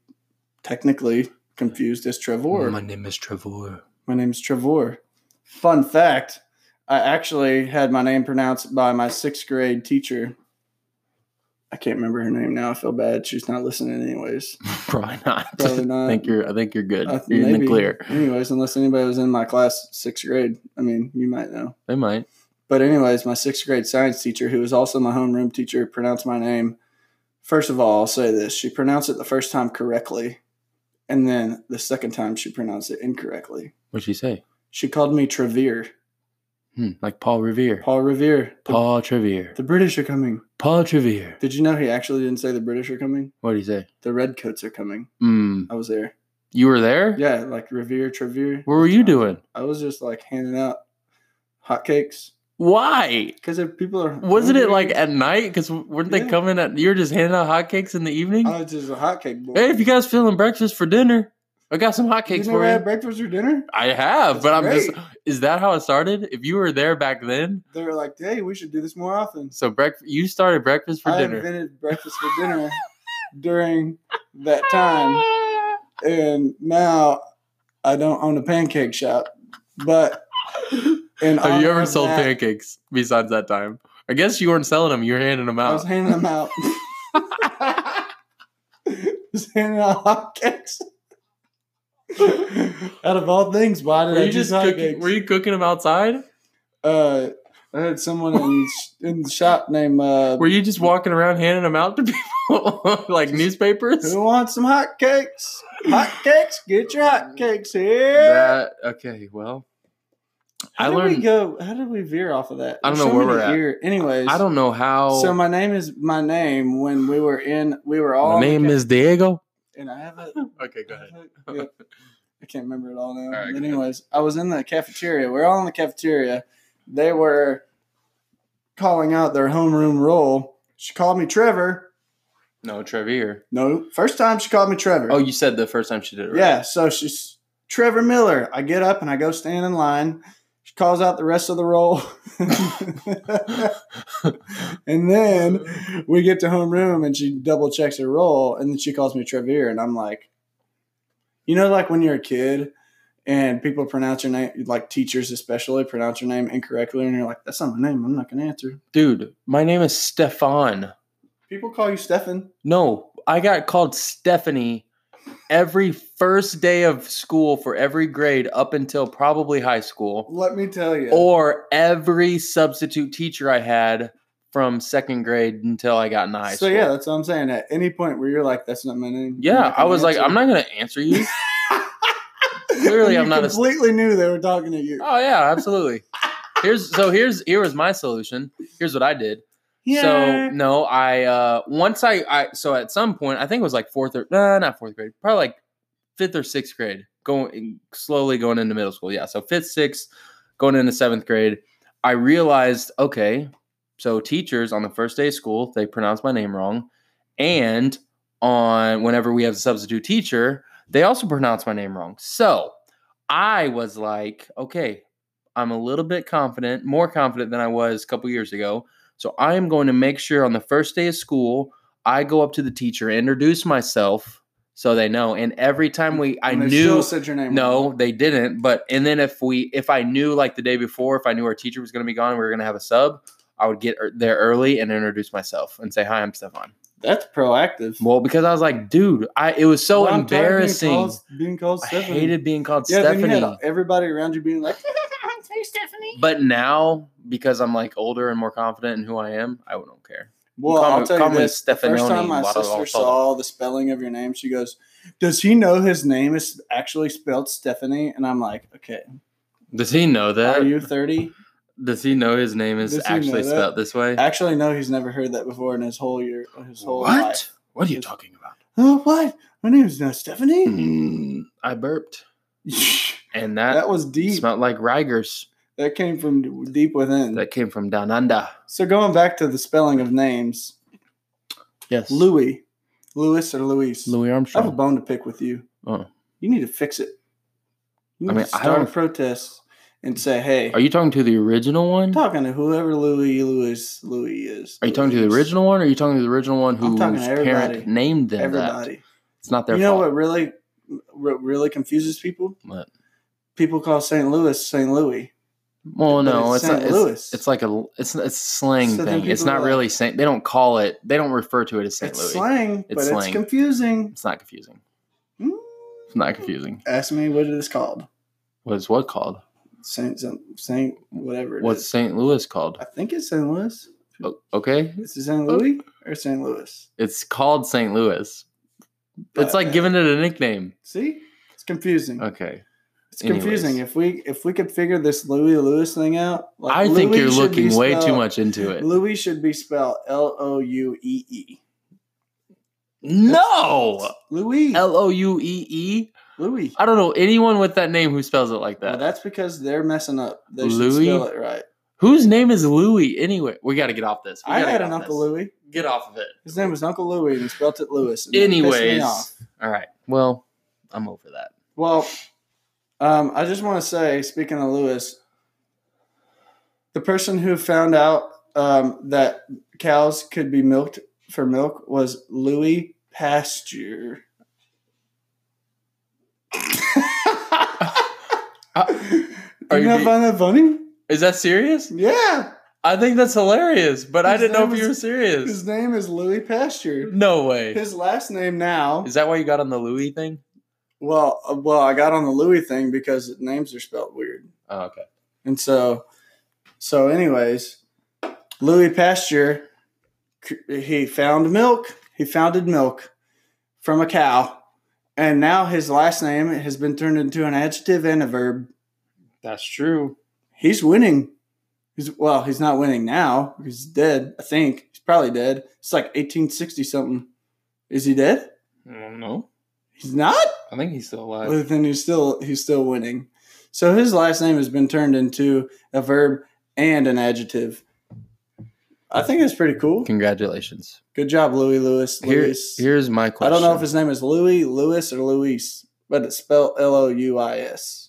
Speaker 1: technically confused as Trevor.
Speaker 2: My name is Trevor.
Speaker 1: My name's Trevor. Fun fact I actually had my name pronounced by my sixth grade teacher. I can't remember her name now. I feel bad. She's not listening, anyways.
Speaker 2: Probably not.
Speaker 1: Probably
Speaker 2: I
Speaker 1: not.
Speaker 2: think you're. I think you're good.
Speaker 1: Uh,
Speaker 2: you're in
Speaker 1: maybe.
Speaker 2: the clear.
Speaker 1: Anyways, unless anybody was in my class sixth grade, I mean, you might know.
Speaker 2: They might.
Speaker 1: But, anyways, my sixth grade science teacher, who was also my homeroom teacher, pronounced my name. First of all, I'll say this she pronounced it the first time correctly, and then the second time she pronounced it incorrectly.
Speaker 2: What'd she say?
Speaker 1: She called me Trevere.
Speaker 2: Hmm, like Paul Revere. Paul,
Speaker 1: Paul Revere. The,
Speaker 2: Trevere.
Speaker 1: the British are coming.
Speaker 2: Paul Trevere.
Speaker 1: Did you know he actually didn't say the British are coming?
Speaker 2: What did he say?
Speaker 1: The redcoats are coming.
Speaker 2: Mm,
Speaker 1: I was there.
Speaker 2: you were there.
Speaker 1: Yeah, like Revere, Trevere.
Speaker 2: What were you doing?
Speaker 1: I was just like handing out hotcakes
Speaker 2: Why?
Speaker 1: because if people are
Speaker 2: Wasn't it like at night? Because weren't they
Speaker 1: Yeah. Uh,
Speaker 2: coming at? You were just handing out hotcakes in the evening.
Speaker 1: I was just a hotcake boy.
Speaker 2: hey, if you guys feeling breakfast for dinner, I got some
Speaker 1: you
Speaker 2: hotcakes
Speaker 1: never
Speaker 2: for
Speaker 1: had
Speaker 2: you.
Speaker 1: breakfast or dinner,
Speaker 2: I have,
Speaker 1: That's
Speaker 2: but I'm just.
Speaker 1: great.
Speaker 2: Is that how it started? If you were there back then,
Speaker 1: they were like, "Hey, we should do this more often."
Speaker 2: so breakfast. You started breakfast for
Speaker 1: I
Speaker 2: dinner.
Speaker 1: invented breakfast for dinner during that time, and now I don't own a pancake shop. But in
Speaker 2: Have you
Speaker 1: honor
Speaker 2: ever
Speaker 1: of
Speaker 2: sold
Speaker 1: that,
Speaker 2: pancakes besides that time? I guess you weren't selling them. You were handing them
Speaker 1: I
Speaker 2: out.
Speaker 1: was handing them out. was handing out hotcakes. out of all things, why did
Speaker 2: were
Speaker 1: I
Speaker 2: you
Speaker 1: choose
Speaker 2: just cooking?
Speaker 1: hotcakes?
Speaker 2: Were you cooking them outside?
Speaker 1: uh, I had someone in in the shop named uh,
Speaker 2: Were you just walking around handing them out to people like newspapers?
Speaker 1: Who Wants Some Hot Cakes? Hot Cakes, get your hot cakes here.
Speaker 2: That okay? Well,
Speaker 1: How
Speaker 2: I
Speaker 1: did we
Speaker 2: learned-
Speaker 1: go? How did we veer off of that?
Speaker 2: I don't
Speaker 1: There's
Speaker 2: know
Speaker 1: so
Speaker 2: where
Speaker 1: many
Speaker 2: we're at.
Speaker 1: here. Anyways,
Speaker 2: I don't know how.
Speaker 1: So my name is my name when we were in we were all
Speaker 2: my
Speaker 1: on the
Speaker 2: name
Speaker 1: ca-
Speaker 2: is Diego.
Speaker 1: and I have a
Speaker 2: Okay, go
Speaker 1: Yep. I can't remember it all now.
Speaker 2: right,
Speaker 1: but
Speaker 2: go ahead.
Speaker 1: anyways, I was in the cafeteria. We are all in the cafeteria. They were calling out their homeroom role. She called me Trevor.
Speaker 2: No, Trevor.
Speaker 1: No, first time she called me Trevor.
Speaker 2: Oh, you said the first time she did it. Right?
Speaker 1: yeah. So she's Trevor Miller. I get up and I go stand in line. She calls out the rest of the roll. and then we get to homeroom and she double checks her roll and then she calls me Trevor and I'm like, you know, like when you're a kid and people pronounce your name, like teachers especially pronounce your name incorrectly and you're like, that's not my name. I'm not going to answer.
Speaker 2: dude, my name is Stefan.
Speaker 1: People call you Stefan.
Speaker 2: No, I got called Stephanie every first day of school for every grade up until probably high school,
Speaker 1: Let me tell you.
Speaker 2: or every substitute teacher I had from second grade until I got in high
Speaker 1: so
Speaker 2: school.
Speaker 1: yeah, that's what I'm saying. At any point where you're like, that's not my name. I'm
Speaker 2: yeah,
Speaker 1: not
Speaker 2: I
Speaker 1: gonna
Speaker 2: was like,
Speaker 1: answer.
Speaker 2: I'm not gonna answer you. Clearly,
Speaker 1: You
Speaker 2: I'm not a-
Speaker 1: completely knew they were talking to you.
Speaker 2: oh yeah, absolutely. Here's so here's here was my solution. Here's what I did. So
Speaker 1: Yeah.
Speaker 2: no, I uh once I I so at some point I think it was like fourth or nah, not fourth grade, probably like fifth or sixth grade, going slowly going into middle school. Yeah, so fifth, sixth, going into seventh grade, I realized okay, so teachers on the first day of school they pronounce my name wrong, and on whenever we have a substitute teacher they also pronounce my name wrong. So I was like, okay, I'm a little bit confident, more confident than I was a couple years ago. So I am going to make sure on the first day of school, I go up to the teacher, introduce myself so they know. And every time we, I
Speaker 1: And they
Speaker 2: knew.
Speaker 1: still said your name.
Speaker 2: No,
Speaker 1: wrong.
Speaker 2: they didn't. But and then if we, if I knew like the day before, if I knew our teacher was going to be gone, we were going to have a sub, I would get er- there early and introduce myself and say, "Hi, I'm Stefan."
Speaker 1: that's proactive.
Speaker 2: Well, because I was like, dude, I it was so
Speaker 1: Well, I'm tired of
Speaker 2: embarrassing.
Speaker 1: Being called, being called
Speaker 2: I
Speaker 1: Stephanie.
Speaker 2: hated being called
Speaker 1: yeah,
Speaker 2: Stephanie.
Speaker 1: Then you had everybody around you being like,
Speaker 2: But now, because I'm like older and more confident in who I am, I don't care.
Speaker 1: "Well,
Speaker 2: Call
Speaker 1: I'll
Speaker 2: me-
Speaker 1: tell
Speaker 2: call
Speaker 1: you
Speaker 2: me
Speaker 1: this." The first
Speaker 2: Stefanoni,
Speaker 1: time my
Speaker 2: blah, blah,
Speaker 1: sister
Speaker 2: blah,
Speaker 1: saw the spelling of your name, she goes, "Does he know his name is actually spelled Stephanie?" And I'm like, "Okay,
Speaker 2: Does he know that?
Speaker 1: are you 30?"
Speaker 2: Does he know his name
Speaker 1: Does
Speaker 2: is
Speaker 1: he know
Speaker 2: actually
Speaker 1: that?
Speaker 2: spelled this way?
Speaker 1: Actually, no, he's never heard that before in his whole year, his whole life.
Speaker 2: What
Speaker 1: are you
Speaker 2: talking about? Hmm.
Speaker 1: Oh, what? My name's not Stephanie.
Speaker 2: I burped, Hmm. and that,
Speaker 1: that was deep.
Speaker 2: smelled like Rigers.
Speaker 1: That came from deep within.
Speaker 2: That came from down under.
Speaker 1: So going back to the spelling of names,
Speaker 2: Yes,
Speaker 1: Louis, Louis or Luis.
Speaker 2: Louis
Speaker 1: I have a
Speaker 2: Armstrong.
Speaker 1: bone to pick with you.
Speaker 2: Oh.
Speaker 1: You need to fix it. You
Speaker 2: I
Speaker 1: need
Speaker 2: mean,
Speaker 1: to
Speaker 2: I
Speaker 1: start a
Speaker 2: don't-
Speaker 1: protest and say, "Hey,
Speaker 2: Are you talking to the original one?
Speaker 1: I'm talking to whoever Louis Louis Louis is."
Speaker 2: Are you talking to the
Speaker 1: Louis.
Speaker 2: original one? Or are you talking to the original one
Speaker 1: I'm
Speaker 2: whose
Speaker 1: talking to
Speaker 2: parent
Speaker 1: everybody.
Speaker 2: named them that?
Speaker 1: Everybody.
Speaker 2: It's not their
Speaker 1: you know
Speaker 2: fault.
Speaker 1: what really, what really confuses people?
Speaker 2: What?
Speaker 1: People call St. Louis St. Louis.
Speaker 2: Well,
Speaker 1: But
Speaker 2: no,
Speaker 1: it's
Speaker 2: it's not,
Speaker 1: St.
Speaker 2: it's,
Speaker 1: Louis.
Speaker 2: it's like a it's it's a slang
Speaker 1: So then
Speaker 2: thing. It's
Speaker 1: people
Speaker 2: not
Speaker 1: are
Speaker 2: really Saint. They don't call it. They don't refer to it as Saint
Speaker 1: it's
Speaker 2: Louis.
Speaker 1: slang, but
Speaker 2: slang.
Speaker 1: it's confusing.
Speaker 2: It's not confusing.
Speaker 1: Mm.
Speaker 2: It's not confusing.
Speaker 1: Ask me what it is called.
Speaker 2: What is what called?
Speaker 1: Saint Saint whatever. it
Speaker 2: What's
Speaker 1: is.
Speaker 2: Saint Louis called?
Speaker 1: I think it's St. Louis.
Speaker 2: O- Okay,
Speaker 1: Is it St. Louis or St. Louis?
Speaker 2: it's called Saint Louis. It's
Speaker 1: Uh,
Speaker 2: like giving it a nickname.
Speaker 1: See, it's confusing.
Speaker 2: Okay,
Speaker 1: It's confusing.
Speaker 2: anyways.
Speaker 1: If we if we could figure this Louis Louis thing out, like
Speaker 2: I think
Speaker 1: Louis
Speaker 2: you're
Speaker 1: should be
Speaker 2: looking way too
Speaker 1: spelled-
Speaker 2: much into it.
Speaker 1: Louis should be spelled L O U E E.
Speaker 2: No,
Speaker 1: Louis.
Speaker 2: L O U E E.
Speaker 1: Louis.
Speaker 2: I don't know anyone with that name who spells it like
Speaker 1: Well,
Speaker 2: that.
Speaker 1: that's because they're messing up. They
Speaker 2: Louis?
Speaker 1: should spell it right.
Speaker 2: Whose name is Louis anyway? We got to get off this. We
Speaker 1: I
Speaker 2: gotta
Speaker 1: had
Speaker 2: get
Speaker 1: an
Speaker 2: off
Speaker 1: Uncle
Speaker 2: this.
Speaker 1: Louis.
Speaker 2: Get off of it.
Speaker 1: His name was Uncle Louis, and he spelled it Lewis. and that pissed me
Speaker 2: Anyways,
Speaker 1: off.
Speaker 2: all right. Well, I'm over that.
Speaker 1: Well, um, I just want to say, speaking of Lewis, the person who found out um, that cows could be milked for milk was Louis Pasteur.
Speaker 2: Uh, are
Speaker 1: Did you
Speaker 2: you
Speaker 1: not
Speaker 2: be-
Speaker 1: find that funny?
Speaker 2: Is that serious?
Speaker 1: Yeah,
Speaker 2: I think that's hilarious, but I
Speaker 1: His
Speaker 2: didn't know
Speaker 1: name
Speaker 2: if you were
Speaker 1: is-
Speaker 2: serious.
Speaker 1: his name is Louis Pasteur.
Speaker 2: No way.
Speaker 1: His last name now.
Speaker 2: Is that why you got on the Louis thing?
Speaker 1: Well, uh, well, I got on the Louis thing because names are spelled weird.
Speaker 2: Oh, okay.
Speaker 1: And so, so anyways, Louis Pasteur, c- he found milk. He founded milk from a cow, and now his last name has been turned into an adjective and a verb.
Speaker 2: That's true.
Speaker 1: He's winning. He's well, he's not winning now. He's dead. I think he's probably dead. It's like 1860 something. Is he dead?
Speaker 2: I don't know.
Speaker 1: He's not.
Speaker 2: I think he's still alive.
Speaker 1: But then he's still he's still winning. So his last name has been turned into a verb and an adjective. I think that's pretty cool.
Speaker 2: Congratulations.
Speaker 1: Good job, Louis Lewis.
Speaker 2: Here-
Speaker 1: Louis.
Speaker 2: Here's my
Speaker 1: I
Speaker 2: question.
Speaker 1: don't know if his name is Louis, Lewis, or Luis, but it's spelled L O U I S.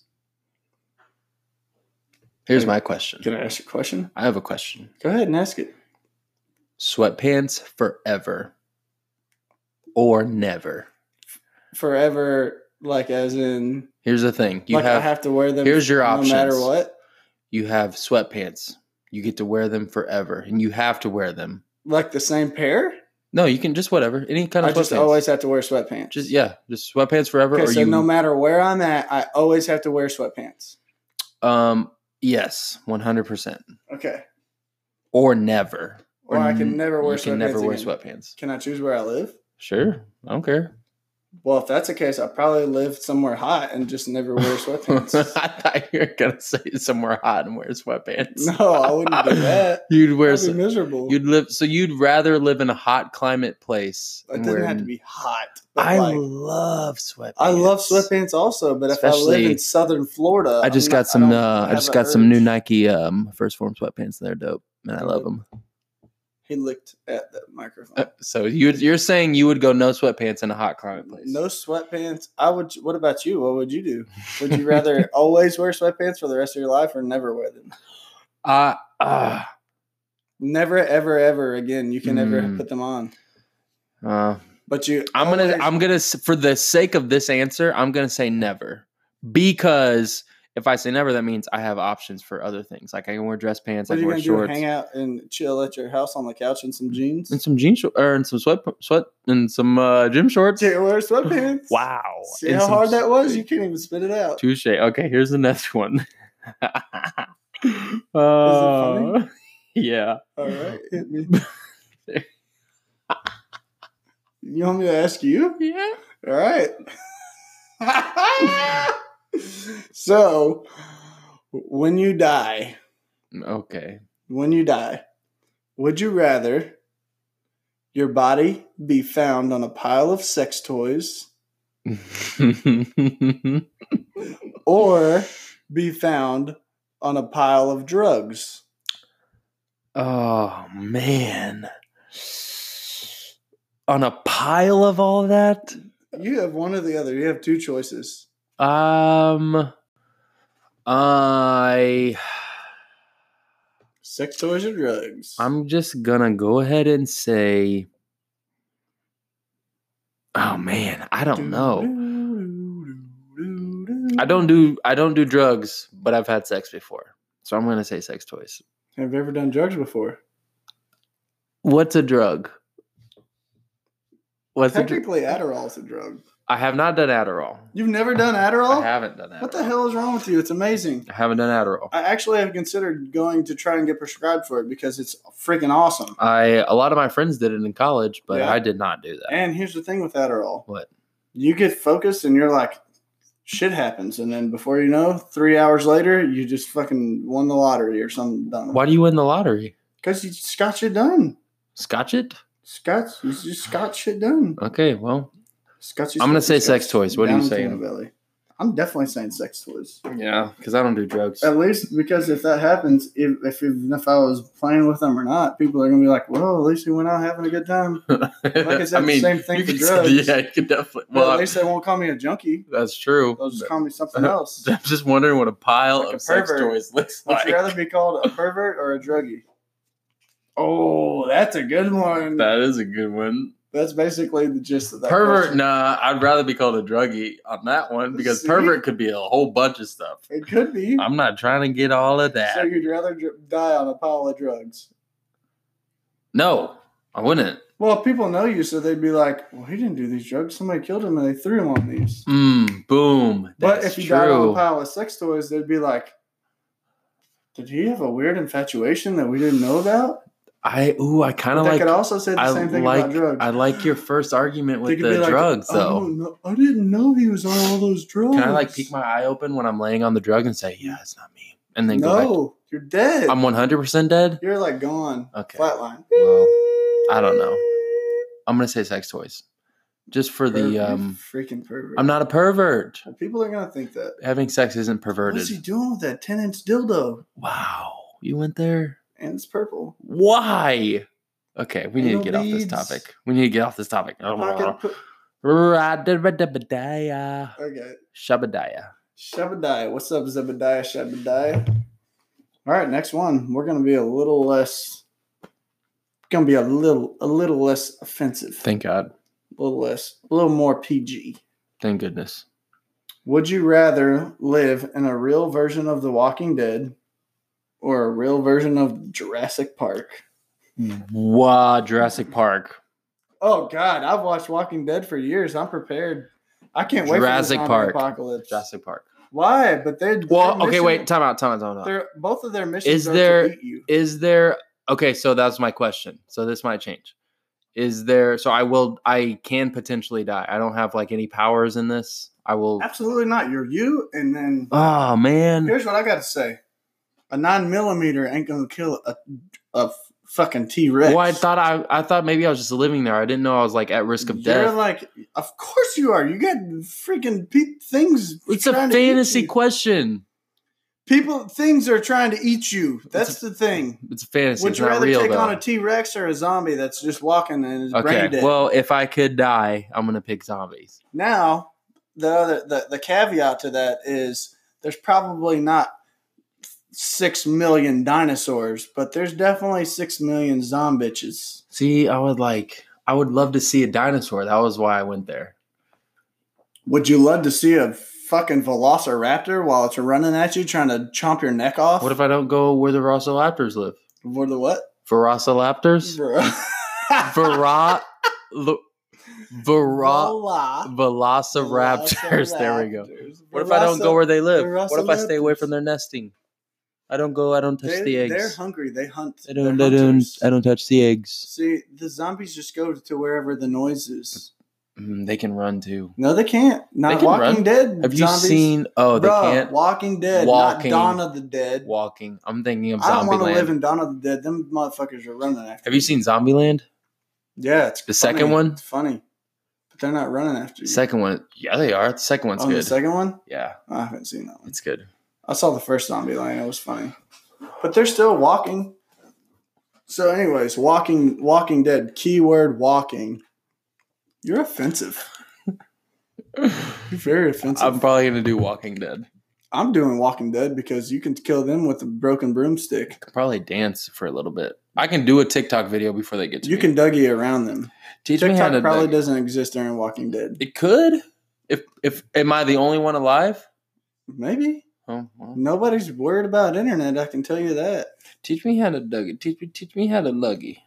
Speaker 2: Here's my question.
Speaker 1: Can I ask you a question?
Speaker 2: I have a question.
Speaker 1: Go ahead and ask it.
Speaker 2: Sweatpants forever or never?
Speaker 1: Forever, like as in
Speaker 2: Here's the thing. You
Speaker 1: like I
Speaker 2: have,
Speaker 1: have to wear them.
Speaker 2: here's your
Speaker 1: no
Speaker 2: options.
Speaker 1: matter what.
Speaker 2: you have sweatpants. You get to wear them forever and you have to wear them.
Speaker 1: Like the same pair.
Speaker 2: No, you can just whatever. Any kind
Speaker 1: I
Speaker 2: of
Speaker 1: just
Speaker 2: sweatpants.
Speaker 1: always have to wear sweatpants.
Speaker 2: just yeah, just sweatpants forever
Speaker 1: okay,
Speaker 2: or
Speaker 1: so
Speaker 2: you
Speaker 1: no matter where I'm at, I always have to wear sweatpants.
Speaker 2: Um, yes, one hundred percent,
Speaker 1: Okay.
Speaker 2: or never,
Speaker 1: Or I can
Speaker 2: n-
Speaker 1: never wear
Speaker 2: you can
Speaker 1: sweatpants
Speaker 2: never wear
Speaker 1: again.
Speaker 2: sweatpants.
Speaker 1: Can I choose where I live?
Speaker 2: Sure, I don't care.
Speaker 1: Well, if that's the case, I probably live somewhere hot and just never wear
Speaker 2: I
Speaker 1: sweatpants.
Speaker 2: thought you were gonna say somewhere hot and wear sweatpants.
Speaker 1: no, I wouldn't do that.
Speaker 2: You'd wear.
Speaker 1: I'd be
Speaker 2: some-
Speaker 1: miserable.
Speaker 2: You'd live. So you'd rather live in a hot climate place.
Speaker 1: it
Speaker 2: and
Speaker 1: doesn't
Speaker 2: wear-
Speaker 1: have to be hot. But
Speaker 2: I
Speaker 1: like,
Speaker 2: love sweatpants.
Speaker 1: I love sweatpants also, but if I live
Speaker 2: Especially-
Speaker 1: in southern Florida,
Speaker 2: I just
Speaker 1: I'm
Speaker 2: got
Speaker 1: not-
Speaker 2: some.
Speaker 1: don't
Speaker 2: uh, I
Speaker 1: have
Speaker 2: just
Speaker 1: a
Speaker 2: got some new
Speaker 1: urge.
Speaker 2: Nike um, first form sweatpants, and they're dope, and I love them.
Speaker 1: He looked at the microphone.
Speaker 2: Uh, so you, you're saying you would go no sweatpants in a hot climate place?
Speaker 1: no sweatpants. I would. What about you? What would you do? Would you rather always wear sweatpants for the rest of your life or never wear them?
Speaker 2: Uh, uh,
Speaker 1: Never, ever, ever again. You can never
Speaker 2: Mm.
Speaker 1: put them on.
Speaker 2: uh,
Speaker 1: But you,
Speaker 2: I'm gonna,
Speaker 1: always-
Speaker 2: I'm gonna, s- for the sake of this answer, I'm gonna say never, because if I say never, that means I have options for other things. Like I can wear dress pants,
Speaker 1: What
Speaker 2: I
Speaker 1: are
Speaker 2: can
Speaker 1: you
Speaker 2: wear
Speaker 1: gonna do?
Speaker 2: shorts, Mm.
Speaker 1: Hang out and chill at your house on the couch in some jeans?
Speaker 2: and some jeans, shor- or and some sweat, sweat, and some uh, gym shorts.
Speaker 1: Can't wear sweatpants.
Speaker 2: Wow,
Speaker 1: See
Speaker 2: And
Speaker 1: how
Speaker 2: some
Speaker 1: hard that was?
Speaker 2: sweat-
Speaker 1: You can't even spit it out.
Speaker 2: Touche. Okay, here's the next one.
Speaker 1: funny?
Speaker 2: Uh, Yeah.
Speaker 1: All right, hit me. you want me to ask you?
Speaker 2: Yeah.
Speaker 1: All right. so, when you die,
Speaker 2: Okay.
Speaker 1: when you die, would you rather your body be found on a pile of sex toys or be found on a pile of drugs?
Speaker 2: Oh man. On a pile of all that?
Speaker 1: You have one or the other. You have two choices.
Speaker 2: Um I
Speaker 1: Sex toys or drugs?
Speaker 2: I'm just gonna go ahead and say. Oh man, I don't know. I don't do I don't do drugs, but I've had sex before, so I'm gonna say sex toys.
Speaker 1: Have you ever done drugs before?
Speaker 2: What's a drug? What's a dr-
Speaker 1: Technically, Adderall's a drug.
Speaker 2: I have not done Adderall.
Speaker 1: You've never done
Speaker 2: I
Speaker 1: Adderall?
Speaker 2: haven't done Adderall.
Speaker 1: What the hell is wrong with you? It's amazing.
Speaker 2: I haven't done Adderall.
Speaker 1: I actually have considered going to try and get prescribed for it because it's freaking awesome.
Speaker 2: I a lot of my friends did it in college, but
Speaker 1: Yeah.
Speaker 2: I did not do that.
Speaker 1: And here's the thing with Adderall.
Speaker 2: What?
Speaker 1: You get focused and you're like, shit happens. And then before you know, three hours later, you just fucking won the lottery or something dumb.
Speaker 2: Why do you win the lottery?
Speaker 1: Because you just got shit done.
Speaker 2: Scotch it?
Speaker 1: Scott's, you just got shit done.
Speaker 2: Okay, well,
Speaker 1: Scott's,
Speaker 2: I'm gonna say sex toys. What are you saying?
Speaker 1: Valley. I'm definitely saying sex toys.
Speaker 2: yeah, because I don't do drugs.
Speaker 1: At least because if that happens, if, if even if I was playing with them or not, people are gonna be like, "Well, at least we went out having a good time." I said, same thing
Speaker 2: you
Speaker 1: for
Speaker 2: could say-
Speaker 1: drugs.
Speaker 2: yeah, you could definitely.
Speaker 1: Well,
Speaker 2: Well,
Speaker 1: at least they won't call me a junkie.
Speaker 2: that's true.
Speaker 1: They'll just call me something else.
Speaker 2: I'm just wondering what a pile
Speaker 1: Like a
Speaker 2: of sex
Speaker 1: pervert.
Speaker 2: toys looks
Speaker 1: Would
Speaker 2: like.
Speaker 1: you rather be called a pervert or a druggie? Oh, that's a good one.
Speaker 2: that is a good one.
Speaker 1: That's basically the gist of that.
Speaker 2: pervert?
Speaker 1: question.
Speaker 2: Nah, I'd rather be called a druggie on that one because
Speaker 1: See?
Speaker 2: pervert could be a whole bunch of stuff.
Speaker 1: It could be.
Speaker 2: I'm not trying to get all of that.
Speaker 1: So you'd rather dr- die on a pile of drugs?
Speaker 2: no, I wouldn't.
Speaker 1: Well, people know you, so they'd be like, "Well, he didn't do these drugs. Somebody killed him, and they threw him on these."
Speaker 2: Mm, boom.
Speaker 1: but
Speaker 2: That's
Speaker 1: if you
Speaker 2: true.
Speaker 1: died on a pile of sex toys, they'd be like, "Did he have a weird infatuation that we didn't know about?"
Speaker 2: I ooh, I kind
Speaker 1: But
Speaker 2: of
Speaker 1: they
Speaker 2: like.
Speaker 1: could also say the
Speaker 2: I
Speaker 1: same thing
Speaker 2: like.
Speaker 1: about drugs.
Speaker 2: I like your first argument
Speaker 1: They
Speaker 2: with
Speaker 1: could be
Speaker 2: the
Speaker 1: like, "Oh,
Speaker 2: drugs,
Speaker 1: "I
Speaker 2: though.
Speaker 1: don't know- I didn't know he was on all those drugs.
Speaker 2: Can I like peek my eye open when I'm laying on the drug and say, "Yeah, it's not me," and then go back?
Speaker 1: No, you're dead.
Speaker 2: I'm 100 percent dead.
Speaker 1: you're like gone.
Speaker 2: Okay.
Speaker 1: Flatline.
Speaker 2: Well, I don't know. I'm gonna say sex toys, just for
Speaker 1: Pervert,
Speaker 2: the.
Speaker 1: you
Speaker 2: um
Speaker 1: freaking pervert.
Speaker 2: I'm not a pervert.
Speaker 1: People are gonna think that.
Speaker 2: Having sex isn't
Speaker 1: What's he
Speaker 2: perverted.
Speaker 1: doing with that ten inch dildo?
Speaker 2: Wow, you went there.
Speaker 1: And it's purple.
Speaker 2: Why? Okay, we need to
Speaker 1: Little
Speaker 2: get off this
Speaker 1: beads.
Speaker 2: topic. We need to get off this topic.
Speaker 1: Pocket pu-
Speaker 2: Ra-da-ba-da-ba-daya.
Speaker 1: Okay.
Speaker 2: Shabadiah.
Speaker 1: Shebadiah. What's up, Zebadiah? Shebadiah. All right, next one. We're gonna be a little less gonna be a little a little less offensive.
Speaker 2: Thank God.
Speaker 1: a little less a little more PG.
Speaker 2: Thank goodness.
Speaker 1: Would you rather live in a real version of The Walking Dead or a real version of Jurassic Park?
Speaker 2: Wow, Jurassic Park.
Speaker 1: Oh God, I've watched Walking Dead for years. I'm prepared. I can't
Speaker 2: Jurassic
Speaker 1: wait for the zombie
Speaker 2: Park.
Speaker 1: apocalypse.
Speaker 2: Jurassic Park.
Speaker 1: Why? But they
Speaker 2: Well, okay, wait. Time out. Time out. Time out.
Speaker 1: They're, both of their missions
Speaker 2: Is
Speaker 1: are
Speaker 2: there-
Speaker 1: to eat you.
Speaker 2: is there okay so that's my question so this might change is there so i will i can potentially die i don't have like any powers in this i will
Speaker 1: Absolutely not. You're you, and then
Speaker 2: oh man
Speaker 1: here's what I got to say: a nine millimeter ain't gonna kill a a f- fucking T Rex.
Speaker 2: well i thought i i thought maybe i was just living there i didn't know i was like at risk of
Speaker 1: You're
Speaker 2: death
Speaker 1: like, of course you are. You got freaking pe- things.
Speaker 2: it's a
Speaker 1: trying to eat
Speaker 2: fantasy
Speaker 1: you.
Speaker 2: question
Speaker 1: People, things are trying to eat you. That's the thing.
Speaker 2: it's a fantasy
Speaker 1: Would
Speaker 2: it's
Speaker 1: you
Speaker 2: not
Speaker 1: rather
Speaker 2: real
Speaker 1: take
Speaker 2: though
Speaker 1: on a T Rex or a zombie that's just walking and is brain
Speaker 2: okay
Speaker 1: dead?
Speaker 2: well if i could die i'm gonna pick zombies
Speaker 1: now the other the, the caveat to that is there's probably not six million dinosaurs, but there's definitely six million zombitches.
Speaker 2: see i would like i would love to see a dinosaur that was why i went there
Speaker 1: Would you love to see a fucking Velociraptor while it's running at you trying to chomp your neck off?
Speaker 2: what if i don't go where the velociraptors live
Speaker 1: for the what?
Speaker 2: velociraptors Vera, lo, Vera,
Speaker 1: Vela-
Speaker 2: Velociraptors. There we go.
Speaker 1: Velociraptors.
Speaker 2: What if I don't go where they live? What if I stay away
Speaker 1: Velociraptors.
Speaker 2: from their nesting? I don't go. I don't touch
Speaker 1: They-
Speaker 2: the
Speaker 1: They're
Speaker 2: eggs.
Speaker 1: hungry. They hunt.
Speaker 2: I don't.
Speaker 1: They're
Speaker 2: I don't.
Speaker 1: hunters.
Speaker 2: I don't touch the eggs.
Speaker 1: See, the zombies just go to wherever the noise is.
Speaker 2: Mm, they can run too.
Speaker 1: No, they can't. Not
Speaker 2: They can
Speaker 1: Walking
Speaker 2: run.
Speaker 1: Dead.
Speaker 2: Have you
Speaker 1: zombies.
Speaker 2: seen? Oh, they
Speaker 1: Bruh,
Speaker 2: can't
Speaker 1: Walking Dead,
Speaker 2: Walking.
Speaker 1: not Dawn of the Dead.
Speaker 2: walking. I'm thinking of
Speaker 1: I don't want to live
Speaker 2: Zombieland.
Speaker 1: in Dawn of the Dead. Them motherfuckers are running after.
Speaker 2: Have you seen Zombieland?
Speaker 1: Yeah, it's
Speaker 2: The
Speaker 1: funny.
Speaker 2: second one?
Speaker 1: It's funny, but they're not running after you.
Speaker 2: Second one. Yeah, they are. The second one's
Speaker 1: oh, the
Speaker 2: good.
Speaker 1: second one?
Speaker 2: yeah,
Speaker 1: I haven't seen that one.
Speaker 2: it's good.
Speaker 1: I saw the first zombie line. It was funny, but they're still walking. So, anyways, walking, Walking Dead. Keyword walking. You're offensive. You're very offensive.
Speaker 2: I'm probably gonna do Walking Dead.
Speaker 1: I'm doing Walking Dead because you can kill them with a broken broomstick.
Speaker 2: could probably dance for a little bit. I can do a TikTok video before they get to
Speaker 1: You
Speaker 2: me.
Speaker 1: can Dougie around them.
Speaker 2: teach me how
Speaker 1: TikTok
Speaker 2: to
Speaker 1: probably
Speaker 2: do-
Speaker 1: doesn't exist during Walking Dead.
Speaker 2: It could. If if am I the only one alive?
Speaker 1: Maybe
Speaker 2: Oh, well.
Speaker 1: nobody's worried about internet. I can tell you that.
Speaker 2: Teach me how to dougie. Teach me teach me how to luggy.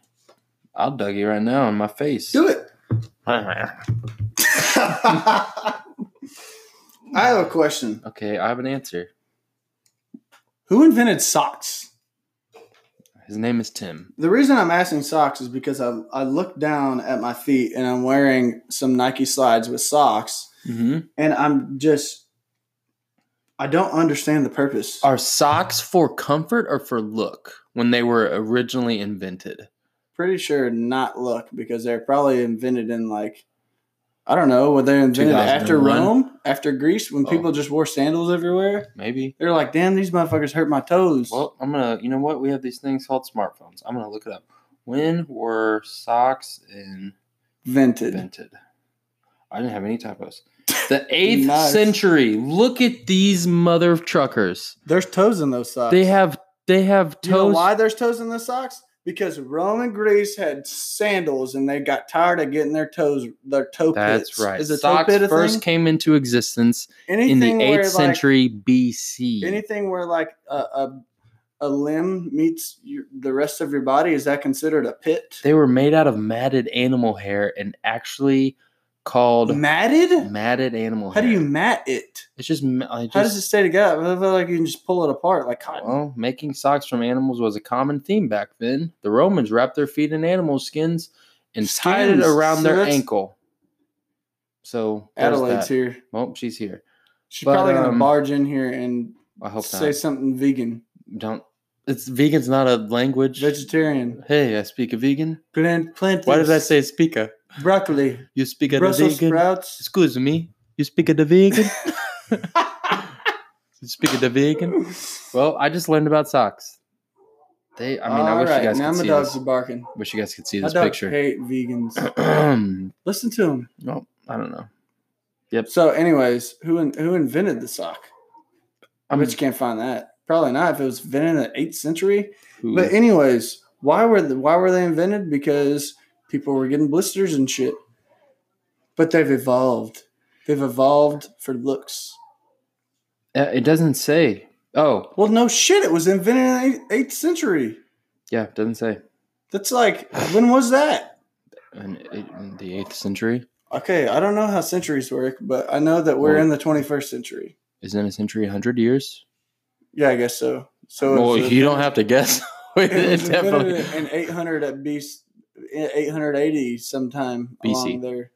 Speaker 2: I'll dougie right now in my face.
Speaker 1: Do it. I have a question.
Speaker 2: okay, I have an answer.
Speaker 1: Who invented socks?
Speaker 2: His name is Tim.
Speaker 1: The reason I'm asking socks is because I, I look down at my feet and I'm wearing some Nike slides with socks,
Speaker 2: Mm-hmm.
Speaker 1: and I'm just I don't understand the purpose.
Speaker 2: Are socks for comfort or for look when they were originally invented?
Speaker 1: Pretty sure not look because they're probably invented in like I don't know. Were they invented after
Speaker 2: 2001?
Speaker 1: Rome, after Greece, when
Speaker 2: Oh.
Speaker 1: people just wore sandals everywhere?
Speaker 2: Maybe.
Speaker 1: They're like, damn, these motherfuckers hurt my toes.
Speaker 2: Well, I'm gonna. You know what? We have these things called smartphones. I'm gonna look it up. When were socks
Speaker 1: Vented.
Speaker 2: invented? I didn't have any typos. The eighth
Speaker 1: Nice.
Speaker 2: century. Look at these mother truckers.
Speaker 1: There's toes in those socks.
Speaker 2: They have. They have
Speaker 1: Do you know
Speaker 2: toes.
Speaker 1: why there's toes in the socks? Because Rome and Greece had sandals, and they got tired of getting their toes, their toe
Speaker 2: That's
Speaker 1: pits.
Speaker 2: right.
Speaker 1: Is a
Speaker 2: socks
Speaker 1: toe pit a
Speaker 2: first
Speaker 1: thing?
Speaker 2: came into existence
Speaker 1: Anything
Speaker 2: in the
Speaker 1: where,
Speaker 2: eighth
Speaker 1: like,
Speaker 2: century BC.
Speaker 1: anything where like a, a a limb meets your, the rest of your body is that considered a pit?
Speaker 2: They were made out of matted animal hair and actually called
Speaker 1: Matted?
Speaker 2: matted animal
Speaker 1: How do
Speaker 2: hair.
Speaker 1: you mat it?
Speaker 2: It's just, ma- I
Speaker 1: How does it
Speaker 2: just
Speaker 1: stay together? I feel like you can just pull it apart like cotton.
Speaker 2: well, making socks from animals was a common theme back then. The Romans wrapped their feet in animal skins and tied it
Speaker 1: Skins.
Speaker 2: around
Speaker 1: So
Speaker 2: their
Speaker 1: that's-
Speaker 2: ankle. So there's
Speaker 1: Adelaide's
Speaker 2: that.
Speaker 1: here.
Speaker 2: Well, she's here.
Speaker 1: She's
Speaker 2: But,
Speaker 1: probably
Speaker 2: um,
Speaker 1: gonna barge in here and
Speaker 2: I hope
Speaker 1: say
Speaker 2: not.
Speaker 1: something vegan,
Speaker 2: Don't. It's vegan's not a language.
Speaker 1: vegetarian,
Speaker 2: hey, I speak a vegan.
Speaker 1: plant, plant.
Speaker 2: Why did I say speaker?
Speaker 1: broccoli?
Speaker 2: You speak a
Speaker 1: Brussels
Speaker 2: vegan.
Speaker 1: sprouts.
Speaker 2: Excuse me. You speak a vegan. you speak a vegan. Well, I just learned about socks. They. I mean, I wish
Speaker 1: Alright,
Speaker 2: you guys
Speaker 1: now
Speaker 2: could
Speaker 1: my
Speaker 2: see
Speaker 1: dogs
Speaker 2: this.
Speaker 1: are barking.
Speaker 2: Wish you guys could see
Speaker 1: My
Speaker 2: this
Speaker 1: dogs
Speaker 2: picture.
Speaker 1: hate vegans.
Speaker 2: well,
Speaker 1: Listen to them.
Speaker 2: I don't know.
Speaker 1: So, anyways, who in, who invented the sock? I
Speaker 2: I'm
Speaker 1: bet you can't find that. Probably not if it was invented in the eighth century.
Speaker 2: who-
Speaker 1: But anyways, why were the, why were they invented? Because people were getting blisters and shit. But they've evolved. They've evolved for looks.
Speaker 2: Uh, it doesn't say. Oh,
Speaker 1: Well, no shit. It was invented in the eighth- eighth century.
Speaker 2: yeah, it doesn't say.
Speaker 1: That's like when was that?
Speaker 2: In, in the eighth century
Speaker 1: Okay, I don't know how centuries work, but I know that we're
Speaker 2: Well-
Speaker 1: in the 21st century.
Speaker 2: isn't a century hundred years.
Speaker 1: Yeah, I guess so. So it
Speaker 2: Well,
Speaker 1: was-
Speaker 2: you don't have to guess. It
Speaker 1: it was
Speaker 2: definitely-
Speaker 1: invented in 800 at BC, 880 sometime
Speaker 2: BC.
Speaker 1: along there.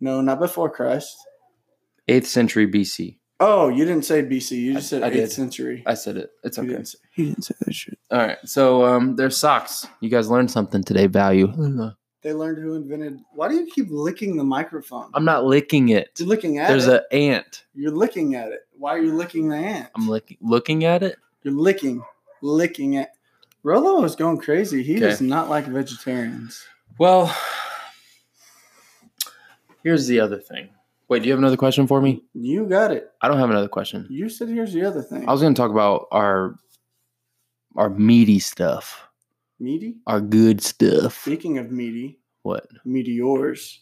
Speaker 1: No, not before Christ.
Speaker 2: eighth century BC.
Speaker 1: Oh, you didn't say BC. You just
Speaker 2: I-
Speaker 1: said
Speaker 2: I
Speaker 1: 8th
Speaker 2: did.
Speaker 1: century.
Speaker 2: I said it. It's
Speaker 1: You
Speaker 2: okay.
Speaker 1: didn't say, he didn't say that shit.
Speaker 2: All right. So um, there's socks. You guys learned something today. Value.
Speaker 1: They learned who invented. Why do you keep licking the microphone?
Speaker 2: I'm not licking it.
Speaker 1: You're looking at
Speaker 2: There's
Speaker 1: it.
Speaker 2: a ant.
Speaker 1: You're looking at it. Why are you licking the ant?
Speaker 2: I'm lick- looking at it.
Speaker 1: You're licking, licking it. Rolo is going crazy. He
Speaker 2: Okay.
Speaker 1: does not like vegetarians.
Speaker 2: Well, here's the other thing. Wait, do you have another question for me?
Speaker 1: You got it.
Speaker 2: I don't have another question.
Speaker 1: You said here's the other thing.
Speaker 2: I was going to talk about our our meaty stuff,
Speaker 1: meaty.
Speaker 2: our good stuff.
Speaker 1: Speaking of meaty,
Speaker 2: What
Speaker 1: meteors.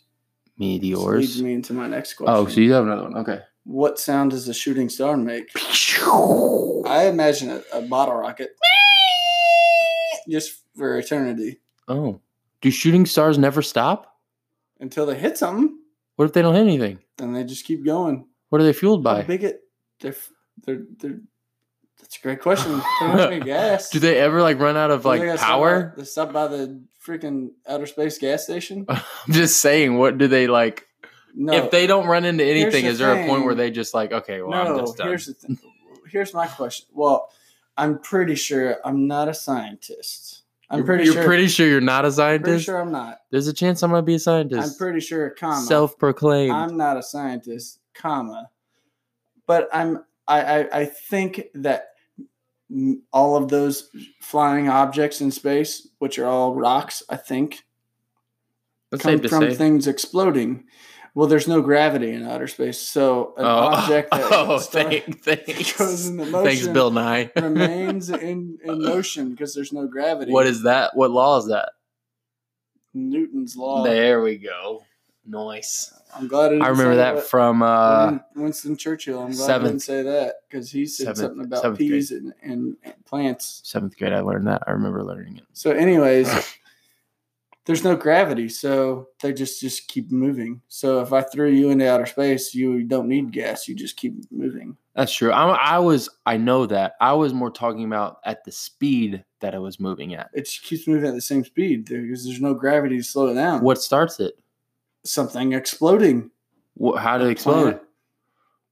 Speaker 1: This leads
Speaker 2: meteors?
Speaker 1: me into my next question.
Speaker 2: Oh, so you have another one? Okay.
Speaker 1: what sound does a shooting star make? I imagine a, a bottle rocket. Just for eternity.
Speaker 2: Oh, do shooting stars never stop?
Speaker 1: Until they hit something,
Speaker 2: What if they don't hit anything?
Speaker 1: then they just keep going.
Speaker 2: What are they fueled
Speaker 1: How
Speaker 2: by?
Speaker 1: big it? They're, f- they're, they're, that's a great question. They're not gas.
Speaker 2: Do they ever like run out of like power?
Speaker 1: They stop by the freaking outer space gas station.
Speaker 2: I'm just saying, what do they like?
Speaker 1: No.
Speaker 2: if they don't run into
Speaker 1: Here's
Speaker 2: anything,
Speaker 1: the
Speaker 2: is there a point where
Speaker 1: thing.
Speaker 2: they just like, okay, well, I'm
Speaker 1: no,
Speaker 2: just done?
Speaker 1: here's the thing. Here's my question. Well, I'm pretty sure I'm not a scientist. I'm
Speaker 2: You're-
Speaker 1: pretty
Speaker 2: You're
Speaker 1: sure.
Speaker 2: pretty sure you're not a
Speaker 1: I'm pretty
Speaker 2: scientist.
Speaker 1: sure I'm not.
Speaker 2: There's a chance I'm gonna be a
Speaker 1: I'm
Speaker 2: scientist.
Speaker 1: pretty sure, comma.
Speaker 2: Self-proclaimed.
Speaker 1: I'm not a scientist, comma. But I'm. I I, I think that m- all of those flying objects in space, which are all rocks, I think,
Speaker 2: That's
Speaker 1: come
Speaker 2: safe to
Speaker 1: from
Speaker 2: say.
Speaker 1: things exploding. Well, there's no gravity in outer space, so an
Speaker 2: oh,
Speaker 1: object that
Speaker 2: oh,
Speaker 1: star-
Speaker 2: thank, thanks.
Speaker 1: goes into motion
Speaker 2: Thanks, Bill Nye.
Speaker 1: remains in, in motion because there's no gravity.
Speaker 2: What is that? What law is that?
Speaker 1: Newton's law?
Speaker 2: There we go. Nice.
Speaker 1: I'm glad I, didn't
Speaker 2: I remember
Speaker 1: say
Speaker 2: that
Speaker 1: what-
Speaker 2: from uh,
Speaker 1: Win- Winston Churchill. I'm glad I didn't
Speaker 2: seventh.
Speaker 1: say that because he said
Speaker 2: Seventh-
Speaker 1: something about
Speaker 2: seventh
Speaker 1: peas and, and, and plants.
Speaker 2: seventh grade. I learned that. I remember learning it.
Speaker 1: So, anyways, there's no gravity, so they just just keep moving. So, if I threw you into outer space, you don't need gas; you just keep moving.
Speaker 2: That's true. I, I was. I know that. I was more talking about at the speed that it was moving at.
Speaker 1: It just keeps moving at the same speed because there's no gravity to slow it down.
Speaker 2: What starts it?
Speaker 1: Something exploding.
Speaker 2: What, how did it explode?
Speaker 1: Planet.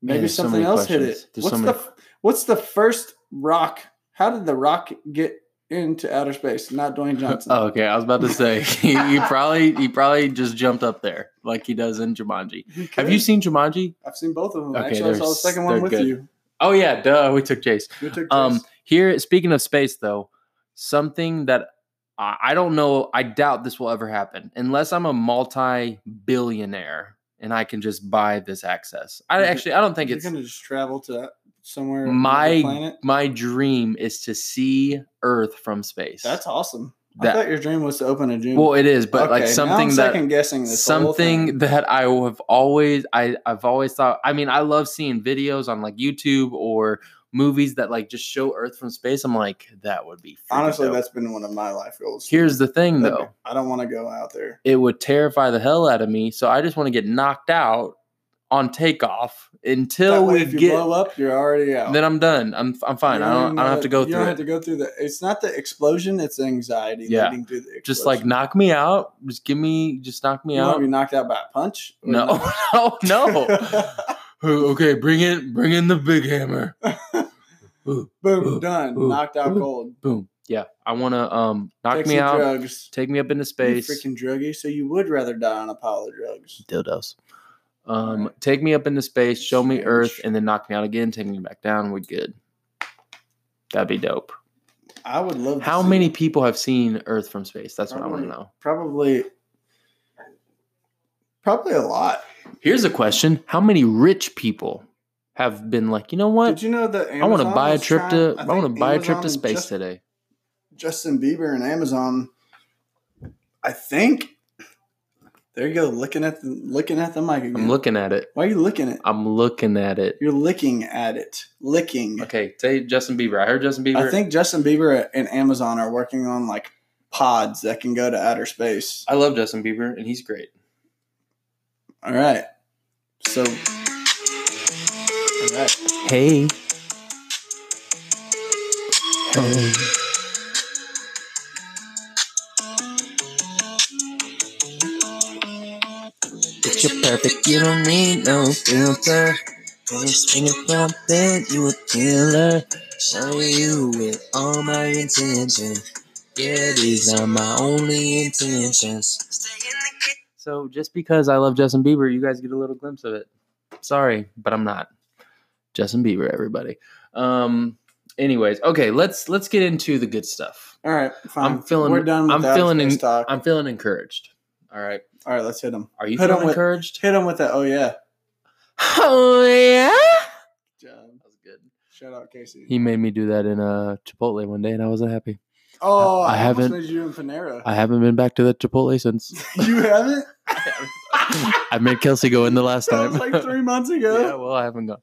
Speaker 1: Maybe
Speaker 2: there's so
Speaker 1: something
Speaker 2: many
Speaker 1: else hit
Speaker 2: questions.
Speaker 1: it.
Speaker 2: There's so
Speaker 1: what's the
Speaker 2: many-
Speaker 1: f- What's the first rock? How did the rock get into outer space? Not Dwayne Johnson.
Speaker 2: Oh, okay, I was about to say he, he probably he probably just jumped up there like he does in Jumanji.
Speaker 1: He
Speaker 2: Have you
Speaker 1: could.
Speaker 2: seen Jumanji?
Speaker 1: I've seen both of them.
Speaker 2: Okay,
Speaker 1: Actually, I
Speaker 2: they're
Speaker 1: saw the
Speaker 2: s-
Speaker 1: second one
Speaker 2: they're
Speaker 1: with
Speaker 2: good.
Speaker 1: you.
Speaker 2: Oh yeah, duh. We took Jace.
Speaker 1: You took
Speaker 2: Um,
Speaker 1: Jace.
Speaker 2: here, speaking of space, though, something that I, I don't know, I doubt this will ever happen unless I'm a multi-billionaire and I can just buy this access. I
Speaker 1: You're gonna-
Speaker 2: actually, I don't think
Speaker 1: You're
Speaker 2: it's
Speaker 1: gonna just travel to that- somewhere. on
Speaker 2: My-
Speaker 1: another planet.
Speaker 2: my dream is to see Earth from space.
Speaker 1: That's awesome.
Speaker 2: That-
Speaker 1: I thought your dream was to open a gym.
Speaker 2: well, it is, but like something that
Speaker 1: second guessing this whole thing.
Speaker 2: something that I have always I I've always thought. I mean, I love seeing videos on like YouTube or movies that like just show Earth from space. I'm like, that would be freaking
Speaker 1: Honestly,
Speaker 2: dope.
Speaker 1: that's been one of my life goals.
Speaker 2: here's the thing
Speaker 1: That'd
Speaker 2: though.
Speaker 1: be- I don't want to go out there.
Speaker 2: It would terrify the hell out of me, so I just want to get knocked out on takeoff
Speaker 1: That
Speaker 2: until
Speaker 1: way,
Speaker 2: we
Speaker 1: if you
Speaker 2: get.
Speaker 1: blow up, you're already out.
Speaker 2: Then I'm done. I'm I'm fine.
Speaker 1: You
Speaker 2: I don't
Speaker 1: even
Speaker 2: I don't have
Speaker 1: gotta-
Speaker 2: to go
Speaker 1: You don't
Speaker 2: through
Speaker 1: have
Speaker 2: it.
Speaker 1: to go through the. It's not the explosion; it's the anxiety
Speaker 2: Yeah.
Speaker 1: leading to the. Explosion.
Speaker 2: Just like knock me out. Just give me. Just knock me
Speaker 1: you want
Speaker 2: out.
Speaker 1: to be knocked out by a punch? Or
Speaker 2: No, no, no. Oh, okay, bring in bring in the big hammer. Ooh,
Speaker 1: Boom, done.
Speaker 2: Ooh.
Speaker 1: Knocked out
Speaker 2: Ooh.
Speaker 1: cold.
Speaker 2: boom. Yeah, I want to um knock
Speaker 1: Take
Speaker 2: me
Speaker 1: some
Speaker 2: out,
Speaker 1: Drugs.
Speaker 2: take me up into space.
Speaker 1: You freaking druggie. So you would rather die on a pile of drugs.
Speaker 2: Dildos. Um,
Speaker 1: Alright.
Speaker 2: take me up into space, show me
Speaker 1: Strange.
Speaker 2: Earth, and then knock me out again. Take me back down. We good. That'd be dope.
Speaker 1: I would love. to
Speaker 2: How
Speaker 1: see
Speaker 2: many
Speaker 1: it.
Speaker 2: people have seen Earth from space? That's what I want to know.
Speaker 1: Probably. Probably a lot.
Speaker 2: Here's a question: How many rich people have been like, you know
Speaker 1: Did
Speaker 2: what?
Speaker 1: you know that
Speaker 2: I want to
Speaker 1: Amazon
Speaker 2: buy a
Speaker 1: was
Speaker 2: trip
Speaker 1: trying-
Speaker 2: to.
Speaker 1: I
Speaker 2: I,
Speaker 1: think
Speaker 2: want to buy a trip
Speaker 1: Amazon
Speaker 2: to
Speaker 1: and
Speaker 2: space
Speaker 1: Just-
Speaker 2: today.
Speaker 1: Justin Bieber and Amazon. I think. There you go, looking at the looking at the mic again.
Speaker 2: I'm looking at it.
Speaker 1: Why are you looking at?
Speaker 2: I'm looking at it.
Speaker 1: You're licking at it. Licking.
Speaker 2: Okay, say Justin Bieber. I heard Justin Bieber.
Speaker 1: I think Justin Bieber and Amazon are working on like pods that can go to outer space.
Speaker 2: I love Justin Bieber, and he's great.
Speaker 1: All right. So. All right.
Speaker 2: Hey. It's your perfect, you don't need no filter. When you sing it from bed, you a killer. Show you with all my intention. Yeah, these are my only intentions. So just because I love Justin Bieber, you guys get a little glimpse of it sorry, but I'm not. Justin Bieber, everybody. Um, anyways, okay, let's let's get into the good stuff.
Speaker 1: All right. Fine.
Speaker 2: I'm feeling-
Speaker 1: We're done. With
Speaker 2: I'm
Speaker 1: outer
Speaker 2: feeling
Speaker 1: space
Speaker 2: in-
Speaker 1: talk.
Speaker 2: I'm feeling encouraged. All right.
Speaker 1: All right. Let's hit him.
Speaker 2: Are you
Speaker 1: Hit 'em
Speaker 2: feeling
Speaker 1: with-
Speaker 2: encouraged?
Speaker 1: Hit him with that. Oh yeah.
Speaker 2: Oh yeah.
Speaker 1: Job.
Speaker 2: That was good.
Speaker 1: Shout out Casey.
Speaker 2: He made me do that in uh, Chipotle one day and I wasn't happy.
Speaker 1: oh,
Speaker 2: I
Speaker 1: I, almost
Speaker 2: haven't-
Speaker 1: Made you in Panera.
Speaker 2: I haven't been back to that Chipotle since
Speaker 1: you haven't?
Speaker 2: I made Kelsey go in the last
Speaker 1: That
Speaker 2: time.
Speaker 1: was like three months
Speaker 2: yeah,
Speaker 1: ago.
Speaker 2: well, I haven't gone.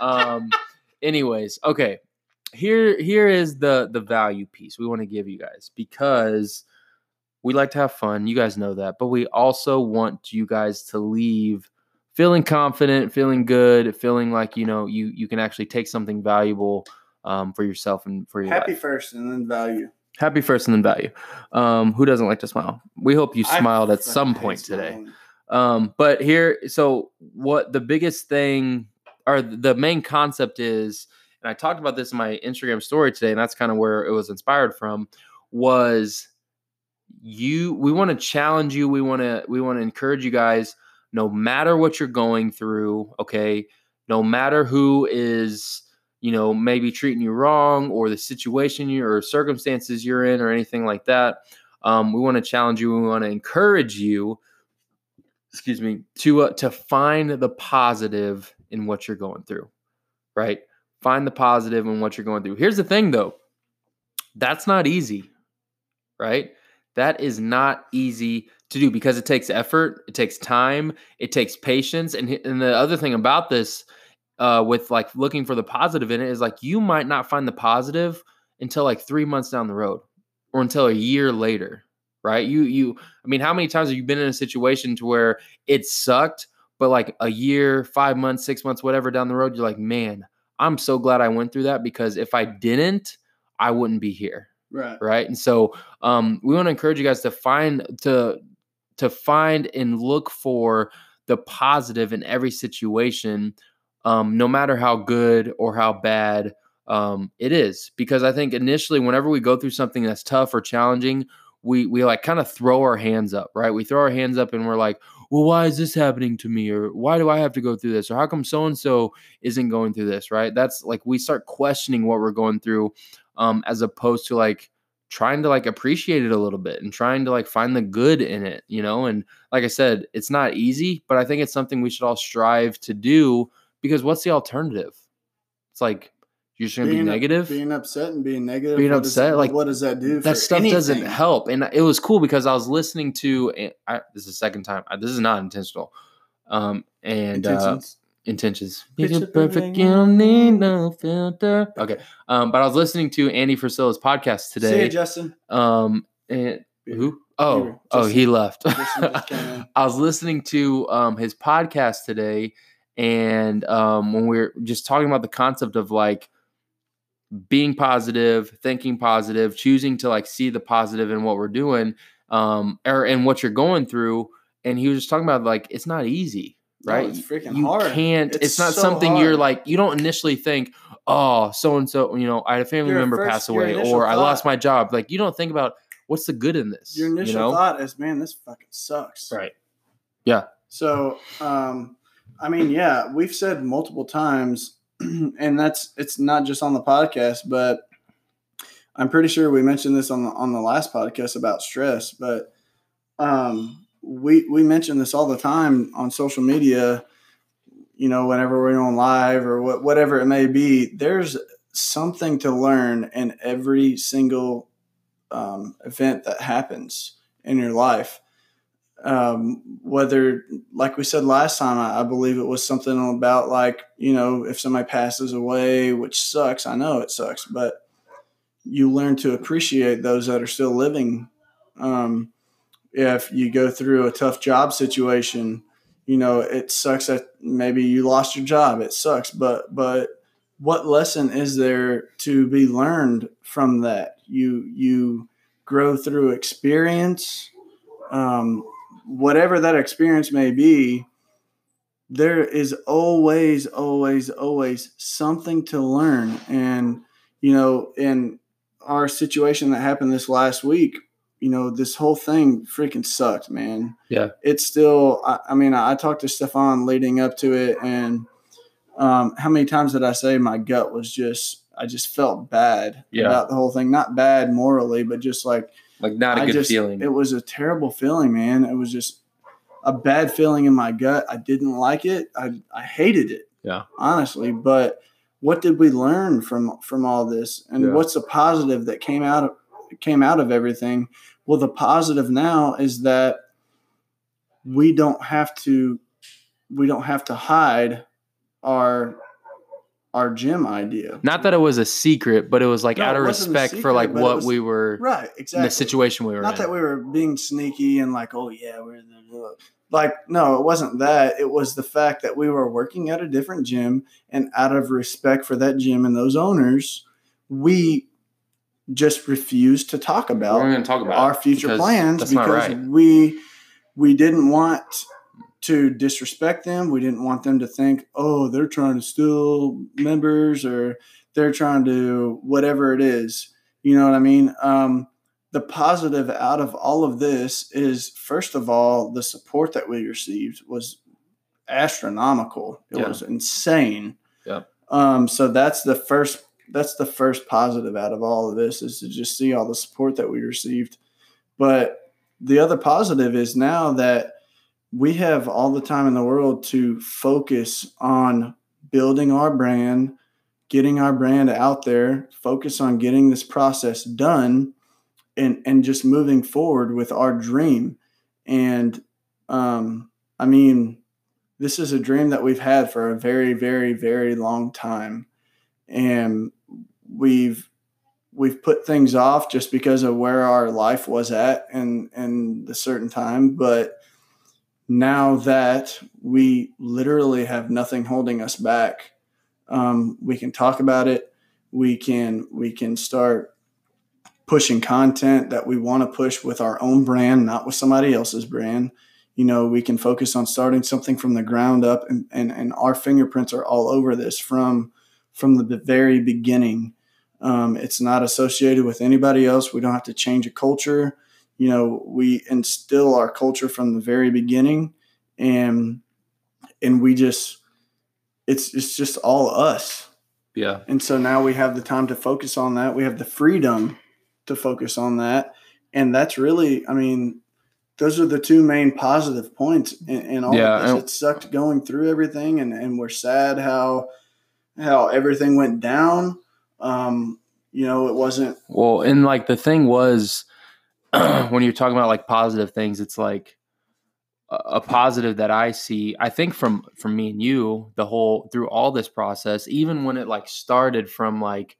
Speaker 2: Um, anyways, okay. Here, here is the the value piece we want to give you guys because we like to have fun. You guys know that, but we also want you guys to leave feeling confident, feeling good, feeling like you know you you can actually take something valuable um, for yourself and for your
Speaker 1: Happy
Speaker 2: life.
Speaker 1: first and then value.
Speaker 2: Happy first and then value. Um, who doesn't like to smile? We hope you
Speaker 1: I
Speaker 2: smiled at
Speaker 1: fucking
Speaker 2: some
Speaker 1: hate
Speaker 2: point today.
Speaker 1: smiling.
Speaker 2: Um, but here, so what the biggest thing or the main concept is, and I talked about this in my Instagram story today, and that's kind of where it was inspired from, was you we want to challenge you, we want to we want to encourage you guys, no matter what you're going through, okay, no matter who is you know maybe treating you wrong or the situation you or circumstances you're in or anything like that um, we want to challenge you we want to encourage you excuse me to uh, to find the positive in what you're going through right find the positive in what you're going through here's the thing though that's not easy right that is not easy to do because it takes effort it takes time it takes patience and, and the other thing about this uh, with like looking for the positive in it is like you might not find the positive until like three months down the road or until a year later right you you i mean how many times have you been in a situation to where it sucked but like a year five months six months whatever down the road you're like man i'm so glad i went through that because if i didn't i wouldn't be here
Speaker 1: Right.
Speaker 2: right and so um, we want to encourage you guys to find to to find and look for the positive in every situation um, no matter how good or how bad um, it is because i think initially whenever we go through something that's tough or challenging we we like kind of throw our hands up right we throw our hands up and we're like well why is this happening to me or why do i have to go through this or how come so and so isn't going through this right that's like we start questioning what we're going through um, as opposed to like trying to like appreciate it a little bit and trying to like find the good in it, you know? And like I said, it's not easy, but I think it's something we should all strive to do because what's the alternative? It's like you're just gonna be negative.
Speaker 1: Being upset and being negative.
Speaker 2: Being
Speaker 1: what does-
Speaker 2: upset, like,
Speaker 1: what does that do? for
Speaker 2: that stuff doesn't
Speaker 1: anything?
Speaker 2: help. And it was cool because I was listening to eh, I, this is the second time. I, this is not intentional. Um and uh,
Speaker 1: Intentions.
Speaker 2: intentions.
Speaker 1: Picture
Speaker 2: Picture perfect,
Speaker 1: perfect.
Speaker 2: you don't need no filter. Okay. Um, but I was listening to Andy Frisella's podcast today.
Speaker 1: See you, Justin.
Speaker 2: Um, and who?
Speaker 1: Beaver.
Speaker 2: Oh, oh,
Speaker 1: Justin-
Speaker 2: he left.
Speaker 1: Justin just came in.
Speaker 2: I was listening to um, his podcast today, and um, when we were just talking about the concept of like being positive, thinking positive, choosing to like see the positive in what we're doing, um, or in what you're going through, and he was just talking about like it's not easy,
Speaker 1: No,
Speaker 2: right?
Speaker 1: it's freaking
Speaker 2: you
Speaker 1: hard.
Speaker 2: can't. It's,
Speaker 1: It's
Speaker 2: not
Speaker 1: so
Speaker 2: something you're
Speaker 1: hard.
Speaker 2: like. You don't initially think, oh, so and so, you know, I had a family
Speaker 1: Your
Speaker 2: member
Speaker 1: first-
Speaker 2: pass
Speaker 1: your
Speaker 2: away,
Speaker 1: initial
Speaker 2: or I lost
Speaker 1: thought.
Speaker 2: my job. Like you don't think about what's the good in this.
Speaker 1: Your initial
Speaker 2: you know?
Speaker 1: thought is, man, this fucking sucks.
Speaker 2: right?
Speaker 1: So, um, I mean, yeah, we've said multiple times, and that's it's not just on the podcast, but I'm pretty sure we mentioned this on the on the last podcast about stress, but um, we we mention this all the time on social media. You know, whenever we're on live or what, whatever it may be, there's something to learn in every single um, event that happens in your life. Um, whether, like we said last time, I, I believe it was something about like you know if somebody passes away, which sucks. I know it sucks, but you learn to appreciate those that are still living. Um, if you go through a tough job situation, you know it sucks that maybe you lost your job. It sucks, but but what lesson is there to be learned from that? You you grow through experience, um, whatever that experience may be. There is always, always, always something to learn, and you know, in our situation that happened this last week, you know, this whole thing freaking sucked, man.
Speaker 2: Yeah.
Speaker 1: it's still. I, I mean, I, I talked to Stefan leading up to it, and um, how many times did I say my gut was just I just felt bad
Speaker 2: Yeah.
Speaker 1: about the whole thing. Not bad morally, but just like
Speaker 2: Like not a
Speaker 1: I
Speaker 2: good
Speaker 1: just
Speaker 2: feeling.
Speaker 1: it was a terrible feeling, man. It was just a bad feeling in my gut. I didn't like it. I I hated it.
Speaker 2: Yeah.
Speaker 1: Honestly, but what did we learn from from all this? And
Speaker 2: Yeah.
Speaker 1: what's the positive that came out of came out of everything? Well, the positive now is that we don't have to we don't have to hide our our gym idea.
Speaker 2: not that it was a secret, but it was like
Speaker 1: No,
Speaker 2: out
Speaker 1: it
Speaker 2: of
Speaker 1: wasn't a
Speaker 2: respect for
Speaker 1: secret,
Speaker 2: like
Speaker 1: but it
Speaker 2: what
Speaker 1: was-
Speaker 2: we were
Speaker 1: Right,
Speaker 2: in
Speaker 1: exactly.
Speaker 2: the situation we were
Speaker 1: not
Speaker 2: in.
Speaker 1: that we were being sneaky and like oh yeah we're the like no it wasn't that it was the fact that we were working at a different gym and out of respect for that gym and those owners we just refused to talk about
Speaker 2: we're going to talk about
Speaker 1: our
Speaker 2: it
Speaker 1: future
Speaker 2: because
Speaker 1: plans
Speaker 2: That's
Speaker 1: because
Speaker 2: not right.
Speaker 1: we we didn't want to disrespect them. We didn't want them to think, oh, they're trying to steal members or they're trying to whatever it is. You know what I mean? Um, the positive out of all of this is, first of all, the support that we received was astronomical. It
Speaker 2: Yeah.
Speaker 1: was insane.
Speaker 2: Yep.
Speaker 1: Um, so that's the first that's the first positive out of all of this is to just see all the support that we received. But the other positive is now that we have all the time in the world to focus on building our brand, getting our brand out there, focus on getting this process done and and just moving forward with our dream. And um I mean, this is a dream that we've had for a very very very long time. And we've we've put things off just because of where our life was at and and the certain time, but now that we literally have nothing holding us back um, we can talk about it we can we can start pushing content that we want to push with our own brand not with somebody else's brand you know we can focus on starting something from the ground up and and, and our fingerprints are all over this from from the very beginning um, it's not associated with anybody else we don't have to change a culture you know we instill our culture from the very beginning and and we just it's it's just all us
Speaker 2: yeah
Speaker 1: and so now we have the time to focus on that we have the freedom to focus on that and that's really i mean those are the two main positive points in, in all
Speaker 2: Yeah,
Speaker 1: of this
Speaker 2: and-
Speaker 1: it sucked going through everything and and we're sad how how everything went down um you know it wasn't
Speaker 2: Well, and like the thing was, when you're talking about like positive things, it's like a, a positive that I see. I think from from me and you, the whole through all this process, even when it like started from like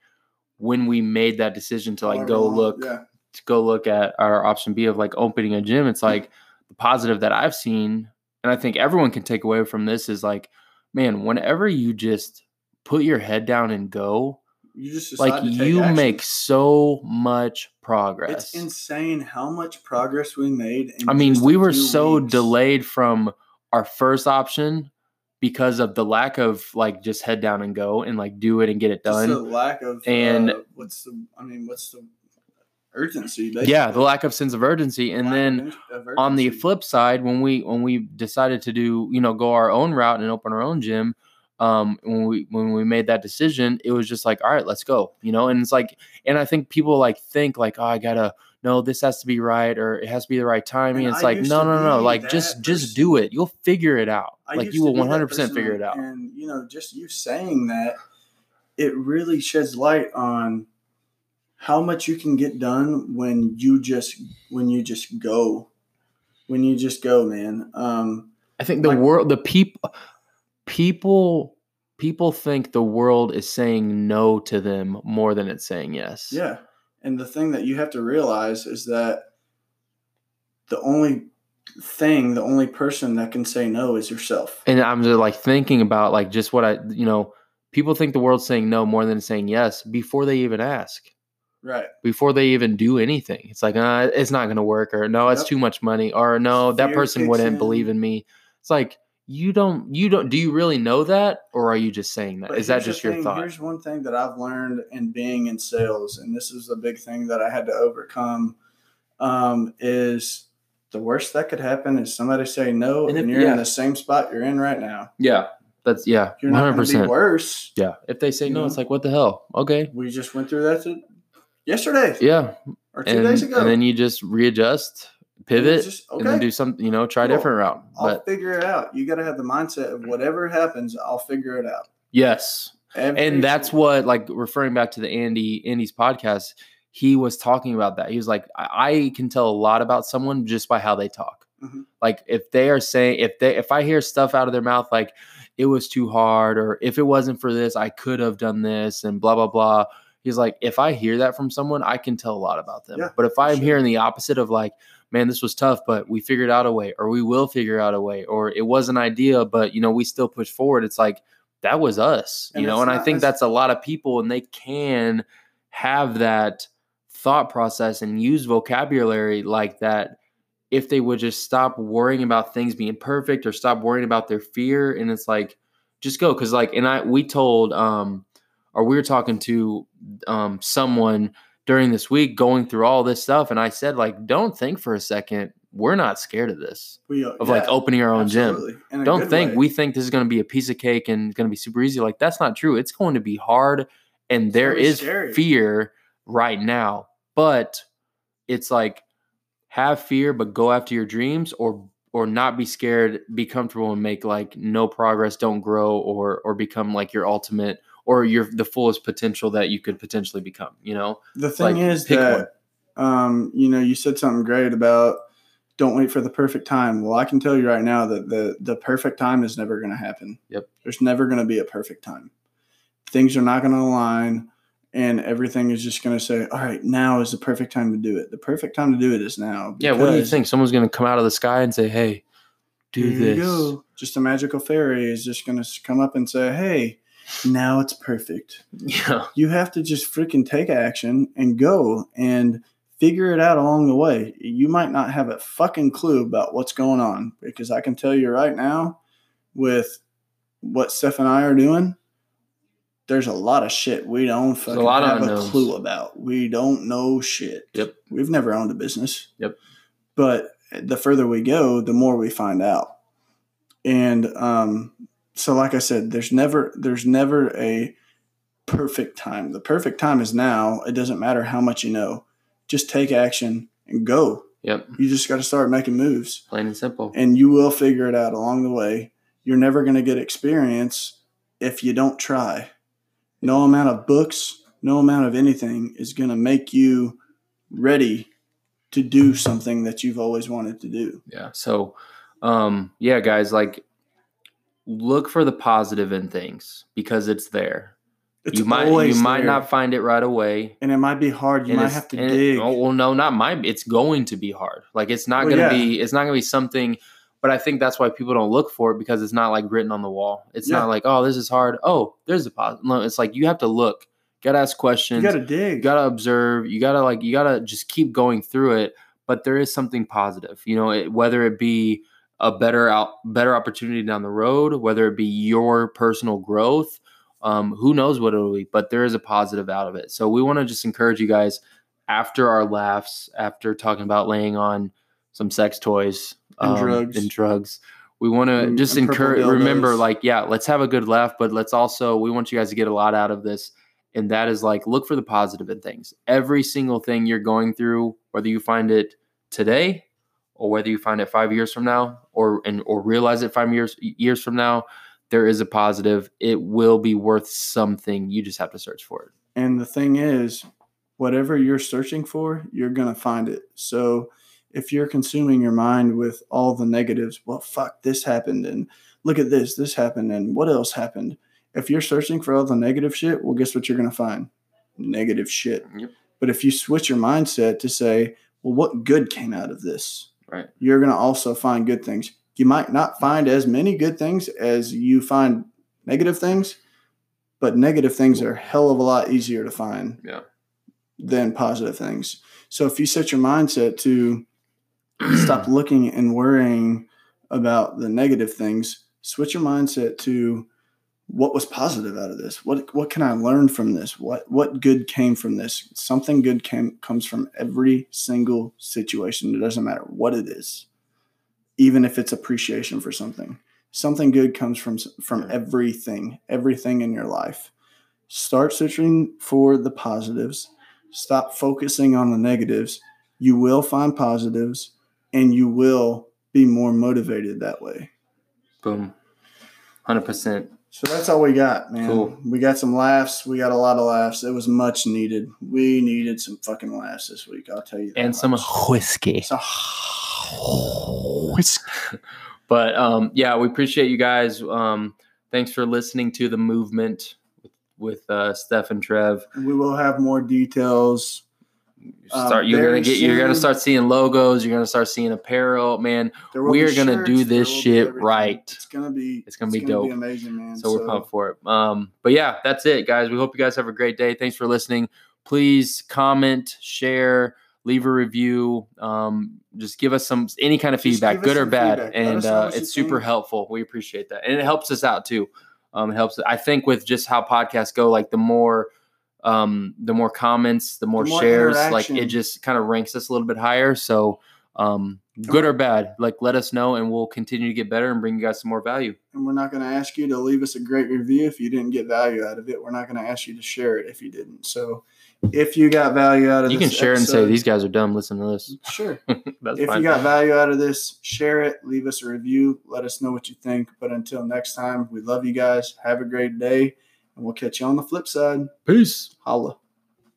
Speaker 2: when we made that decision to like
Speaker 1: however
Speaker 2: go
Speaker 1: long-
Speaker 2: look
Speaker 1: yeah
Speaker 2: to go look at our option B of like opening a gym, it's like the positive that I've seen, and I think everyone can take away from this is like, man, whenever you just put your head down and go,
Speaker 1: you just decide
Speaker 2: like
Speaker 1: to take
Speaker 2: you
Speaker 1: action.
Speaker 2: make so much progress.
Speaker 1: It's insane how much progress we made. In
Speaker 2: I mean,
Speaker 1: just a
Speaker 2: we were
Speaker 1: few
Speaker 2: so
Speaker 1: weeks.
Speaker 2: delayed from our first option because of the lack of like just head down and go and like do it and get it
Speaker 1: Just
Speaker 2: done.
Speaker 1: the lack of
Speaker 2: And-
Speaker 1: uh, what's the? I mean, what's the urgency? Basically.
Speaker 2: yeah, the lack of sense of urgency. And
Speaker 1: Lack
Speaker 2: then
Speaker 1: of ur- of
Speaker 2: on the
Speaker 1: urgency.
Speaker 2: flip side, when we when we decided to do you know go our own route and open our own gym, um, when we when we made that decision, it was just like, all right, let's go, you know. And it's like, and I think people like think like, oh, I gotta no, this has to be right or it has to be the right timing.
Speaker 1: And
Speaker 2: it's
Speaker 1: I
Speaker 2: like,
Speaker 1: used
Speaker 2: no,
Speaker 1: to
Speaker 2: no, no,
Speaker 1: be
Speaker 2: like
Speaker 1: that
Speaker 2: just
Speaker 1: person.
Speaker 2: just do it. You'll figure it out.
Speaker 1: I
Speaker 2: like
Speaker 1: used
Speaker 2: you
Speaker 1: to
Speaker 2: will
Speaker 1: be that
Speaker 2: one hundred percent
Speaker 1: person,
Speaker 2: figure it out.
Speaker 1: And you know, just you saying that, it really sheds light on how much you can get done when you just when you just go, when you just go, man. Um,
Speaker 2: I think the
Speaker 1: Like-
Speaker 2: world, the people, people, people think the world is saying no to them more than it's saying yes.
Speaker 1: Yeah. And the thing that you have to realize is that the only thing, the only person that can say no is yourself.
Speaker 2: and I'm just like thinking about like just what I you know people think the world's saying no more than it's saying yes before they even ask
Speaker 1: Right.
Speaker 2: before they even do anything it's like uh, it's not going to work or no it's
Speaker 1: Yep.
Speaker 2: too much money or no that
Speaker 1: Fear
Speaker 2: person
Speaker 1: kicks
Speaker 2: wouldn't believe
Speaker 1: in.
Speaker 2: in me it's like you don't you don't do you really know that or are you just saying that?
Speaker 1: But
Speaker 2: Is that
Speaker 1: here's the
Speaker 2: just your
Speaker 1: thing-
Speaker 2: thought
Speaker 1: Here's one thing that I've learned in being in sales, and this is a big thing that I had to overcome, um, is the worst that could happen is somebody say no,
Speaker 2: And
Speaker 1: and,
Speaker 2: if-
Speaker 1: you're
Speaker 2: yeah.
Speaker 1: in the same spot you're in right now.
Speaker 2: yeah that's yeah
Speaker 1: You're not going to be
Speaker 2: 100%
Speaker 1: worse.
Speaker 2: yeah if they say
Speaker 1: You
Speaker 2: no
Speaker 1: know?
Speaker 2: it's like what the hell okay
Speaker 1: We just went through that to, yesterday
Speaker 2: yeah
Speaker 1: or two
Speaker 2: and,
Speaker 1: days ago.
Speaker 2: and then you just readjust
Speaker 1: And
Speaker 2: pivot
Speaker 1: it's just,
Speaker 2: and then do something you know try a
Speaker 1: Cool.
Speaker 2: different route
Speaker 1: I'll
Speaker 2: but
Speaker 1: figure it out. You got to have the mindset of whatever happens, I'll figure it out.
Speaker 2: yes
Speaker 1: Every
Speaker 2: and that's
Speaker 1: single-
Speaker 2: what like referring back to the andy andy's podcast he was talking about that he was like i, I can tell a lot about someone just by how they talk
Speaker 1: Mhm.
Speaker 2: like if they are saying if they if i hear stuff out of their mouth like it was too hard or if it wasn't for this i could have done this and blah blah blah he's like if i hear that from someone i can tell a lot about them
Speaker 1: Yeah,
Speaker 2: but if i'm
Speaker 1: sure.
Speaker 2: hearing the opposite of like man this was tough but we figured out a way or we will figure out a way or it was an idea but you know we still push forward it's like that was us
Speaker 1: And
Speaker 2: you know
Speaker 1: it's
Speaker 2: and i
Speaker 1: not
Speaker 2: think
Speaker 1: nec-
Speaker 2: that's a lot of people and they can have that thought process and use vocabulary like that if they would just stop worrying about things being perfect or stop worrying about their fear and it's like just go because like and i we told um or we were talking to um someone during this week going through all this stuff and i said like don't think for a second we're not scared of this
Speaker 1: we,
Speaker 2: of like opening our own gym don't think we think this is going to be a piece of cake and it's going to be super easy. Like that's not true. It's going to be hard, and there
Speaker 1: gonna be
Speaker 2: is
Speaker 1: scary.
Speaker 2: fear right now. But it's like have fear, but go after your dreams, or or not be scared, be comfortable and make like no progress, don't grow or or become like your ultimate or your the fullest potential that you could potentially become, you know?
Speaker 1: The thing
Speaker 2: Like,
Speaker 1: is
Speaker 2: pick
Speaker 1: that um, you know you said something great about don't wait for the perfect time. Well, I can tell you right now that the the perfect time is never going to happen.
Speaker 2: Yep.
Speaker 1: There's never going to be a perfect time. Things are not going to align, and everything is just going to say, "All right, now is the perfect time to do it." The perfect time to do it is now.
Speaker 2: Yeah, what do you
Speaker 1: because
Speaker 2: think? Someone's gonna come out of the sky and say, Hey, do
Speaker 1: here you
Speaker 2: this.
Speaker 1: go. Just a magical fairy is just going to come up and say, "Hey, now it's perfect."
Speaker 2: Yeah.
Speaker 1: you have to just freaking take action and go and figure it out along the way. You might not have a fucking clue about what's going on because I can tell you right now with what Steph and I are doing, there's a lot of shit we don't fucking
Speaker 2: lot of
Speaker 1: have a
Speaker 2: unknowns.
Speaker 1: clue about. We don't know shit.
Speaker 2: Yep.
Speaker 1: We've never owned a business.
Speaker 2: Yep.
Speaker 1: But the further we go, the more we find out. And um, so, like I said, there's never there's never a perfect time. The perfect time is now. It doesn't matter how much you know. Just take action and go.
Speaker 2: Yep.
Speaker 1: You just got to start making moves
Speaker 2: Plain and simple.
Speaker 1: and you will figure it out along the way. You're never going to get experience if you don't try. No amount of books, no amount of anything is going to make you ready to do something that you've always wanted to do.
Speaker 2: Yeah. So, um, yeah, guys, like look for the positive in things because it's there.
Speaker 1: It's
Speaker 2: you might you
Speaker 1: always
Speaker 2: might
Speaker 1: there.
Speaker 2: not find it right away.
Speaker 1: and it might be hard. You
Speaker 2: and
Speaker 1: might
Speaker 2: it's-
Speaker 1: have to
Speaker 2: and it-
Speaker 1: dig.
Speaker 2: oh, well, no, not might. It's going to be hard. Like it's not
Speaker 1: Well,
Speaker 2: gonna
Speaker 1: yeah.
Speaker 2: be. It's not gonna be something. But I think that's why people don't look for it because it's not like written on the wall. It's
Speaker 1: Yeah.
Speaker 2: not like oh, this is hard. Oh, there's a positive. No, it's like you have to look. Gotta ask questions.
Speaker 1: you got to dig.
Speaker 2: you gotta observe you gotta like you gotta just keep going through it but there is something positive you know it, whether it be a better out better opportunity down the road whether it be your personal growth um, who knows what it'll be but there is a positive out of it so we want to just encourage you guys after our laughs after talking about laying on some sex toys um,
Speaker 1: And drugs.
Speaker 2: and drugs we want to
Speaker 1: And-
Speaker 2: just
Speaker 1: Mm, and purple
Speaker 2: encourage remember
Speaker 1: dildos.
Speaker 2: like yeah let's have a good laugh but let's also we want you guys to get a lot out of this and that is like look for the positive in things every single thing you're going through whether you find it today or whether you find it five years from now or and or realize it five years years from now there is a positive it will be worth something you just have to search for it
Speaker 1: And the thing is, whatever you're searching for, you're going to find it. So if you're consuming your mind with all the negatives, well, fuck, this happened, and look at this, this happened, and what else happened? If you're searching for all the negative shit, well, guess what you're going to find? Negative shit.
Speaker 2: Yep.
Speaker 1: But if you switch your mindset to say, well, what good came out of this?
Speaker 2: Right.
Speaker 1: You're going to also find good things. You might not find as many good things as you find negative things, but negative things are a hell of a lot easier to find
Speaker 2: Yeah.
Speaker 1: than positive things. So if you set your mindset to stop looking and worrying about the negative things, switch your mindset to what was positive out of this? What what can I learn from this? What what good came from this? Something good came comes from every single situation. It doesn't matter what it is. Even if it's appreciation for something. Something good comes from s- from
Speaker 2: Yeah.
Speaker 1: everything, everything in your life. Start searching for the positives. Stop focusing on the negatives. You will find positives and you will be more motivated that way.
Speaker 2: boom 100%
Speaker 1: So that's all we got, man.
Speaker 2: Cool.
Speaker 1: We got some laughs. We got a lot of laughs. It was much needed. We needed some fucking laughs this week. I'll tell you. That
Speaker 2: and some
Speaker 1: much.
Speaker 2: whiskey
Speaker 1: So-
Speaker 2: but um yeah we appreciate you guys um thanks for listening to the movement with, with uh steph and trev
Speaker 1: we will have more details. Uh,
Speaker 2: start you're
Speaker 1: very
Speaker 2: gonna get you're gonna
Speaker 1: soon.
Speaker 2: start seeing logos you're gonna start seeing apparel man
Speaker 1: There will
Speaker 2: We
Speaker 1: be
Speaker 2: are gonna
Speaker 1: shirts.
Speaker 2: do
Speaker 1: There
Speaker 2: this
Speaker 1: will be
Speaker 2: shit
Speaker 1: everything.
Speaker 2: right.
Speaker 1: It's gonna be.
Speaker 2: It's gonna be dope.
Speaker 1: amazing, man.
Speaker 2: so we're pumped for it um but yeah that's it guys we hope you guys have a great day thanks for listening please comment share leave a review um just give us some any kind of
Speaker 1: Just
Speaker 2: feedback
Speaker 1: give us
Speaker 2: good or
Speaker 1: some
Speaker 2: bad
Speaker 1: feedback. Let us
Speaker 2: and
Speaker 1: know
Speaker 2: uh,
Speaker 1: what you
Speaker 2: it's super
Speaker 1: think.
Speaker 2: helpful we appreciate that and it helps us out too um it helps i think with just how podcasts go like the more um the more comments the more,
Speaker 1: more
Speaker 2: shares like it
Speaker 1: interaction.
Speaker 2: just kind of ranks us a little bit higher so um, good or bad, like let us know and we'll continue to get better and bring you guys some more value.
Speaker 1: And we're not going to ask you to leave us a great review if you didn't get value out of it. We're not going to ask you to share it if you didn't. So if you got value out of
Speaker 2: You can
Speaker 1: this
Speaker 2: share
Speaker 1: episode,
Speaker 2: and say these guys are dumb. Listen to this.
Speaker 1: Sure.
Speaker 2: That's
Speaker 1: if
Speaker 2: fine.
Speaker 1: you got value out of this, share it, leave us a review, let us know what you think. But until next time, we love you guys. Have a great day, and we'll catch you on the flip side.
Speaker 2: Peace.
Speaker 1: Holla.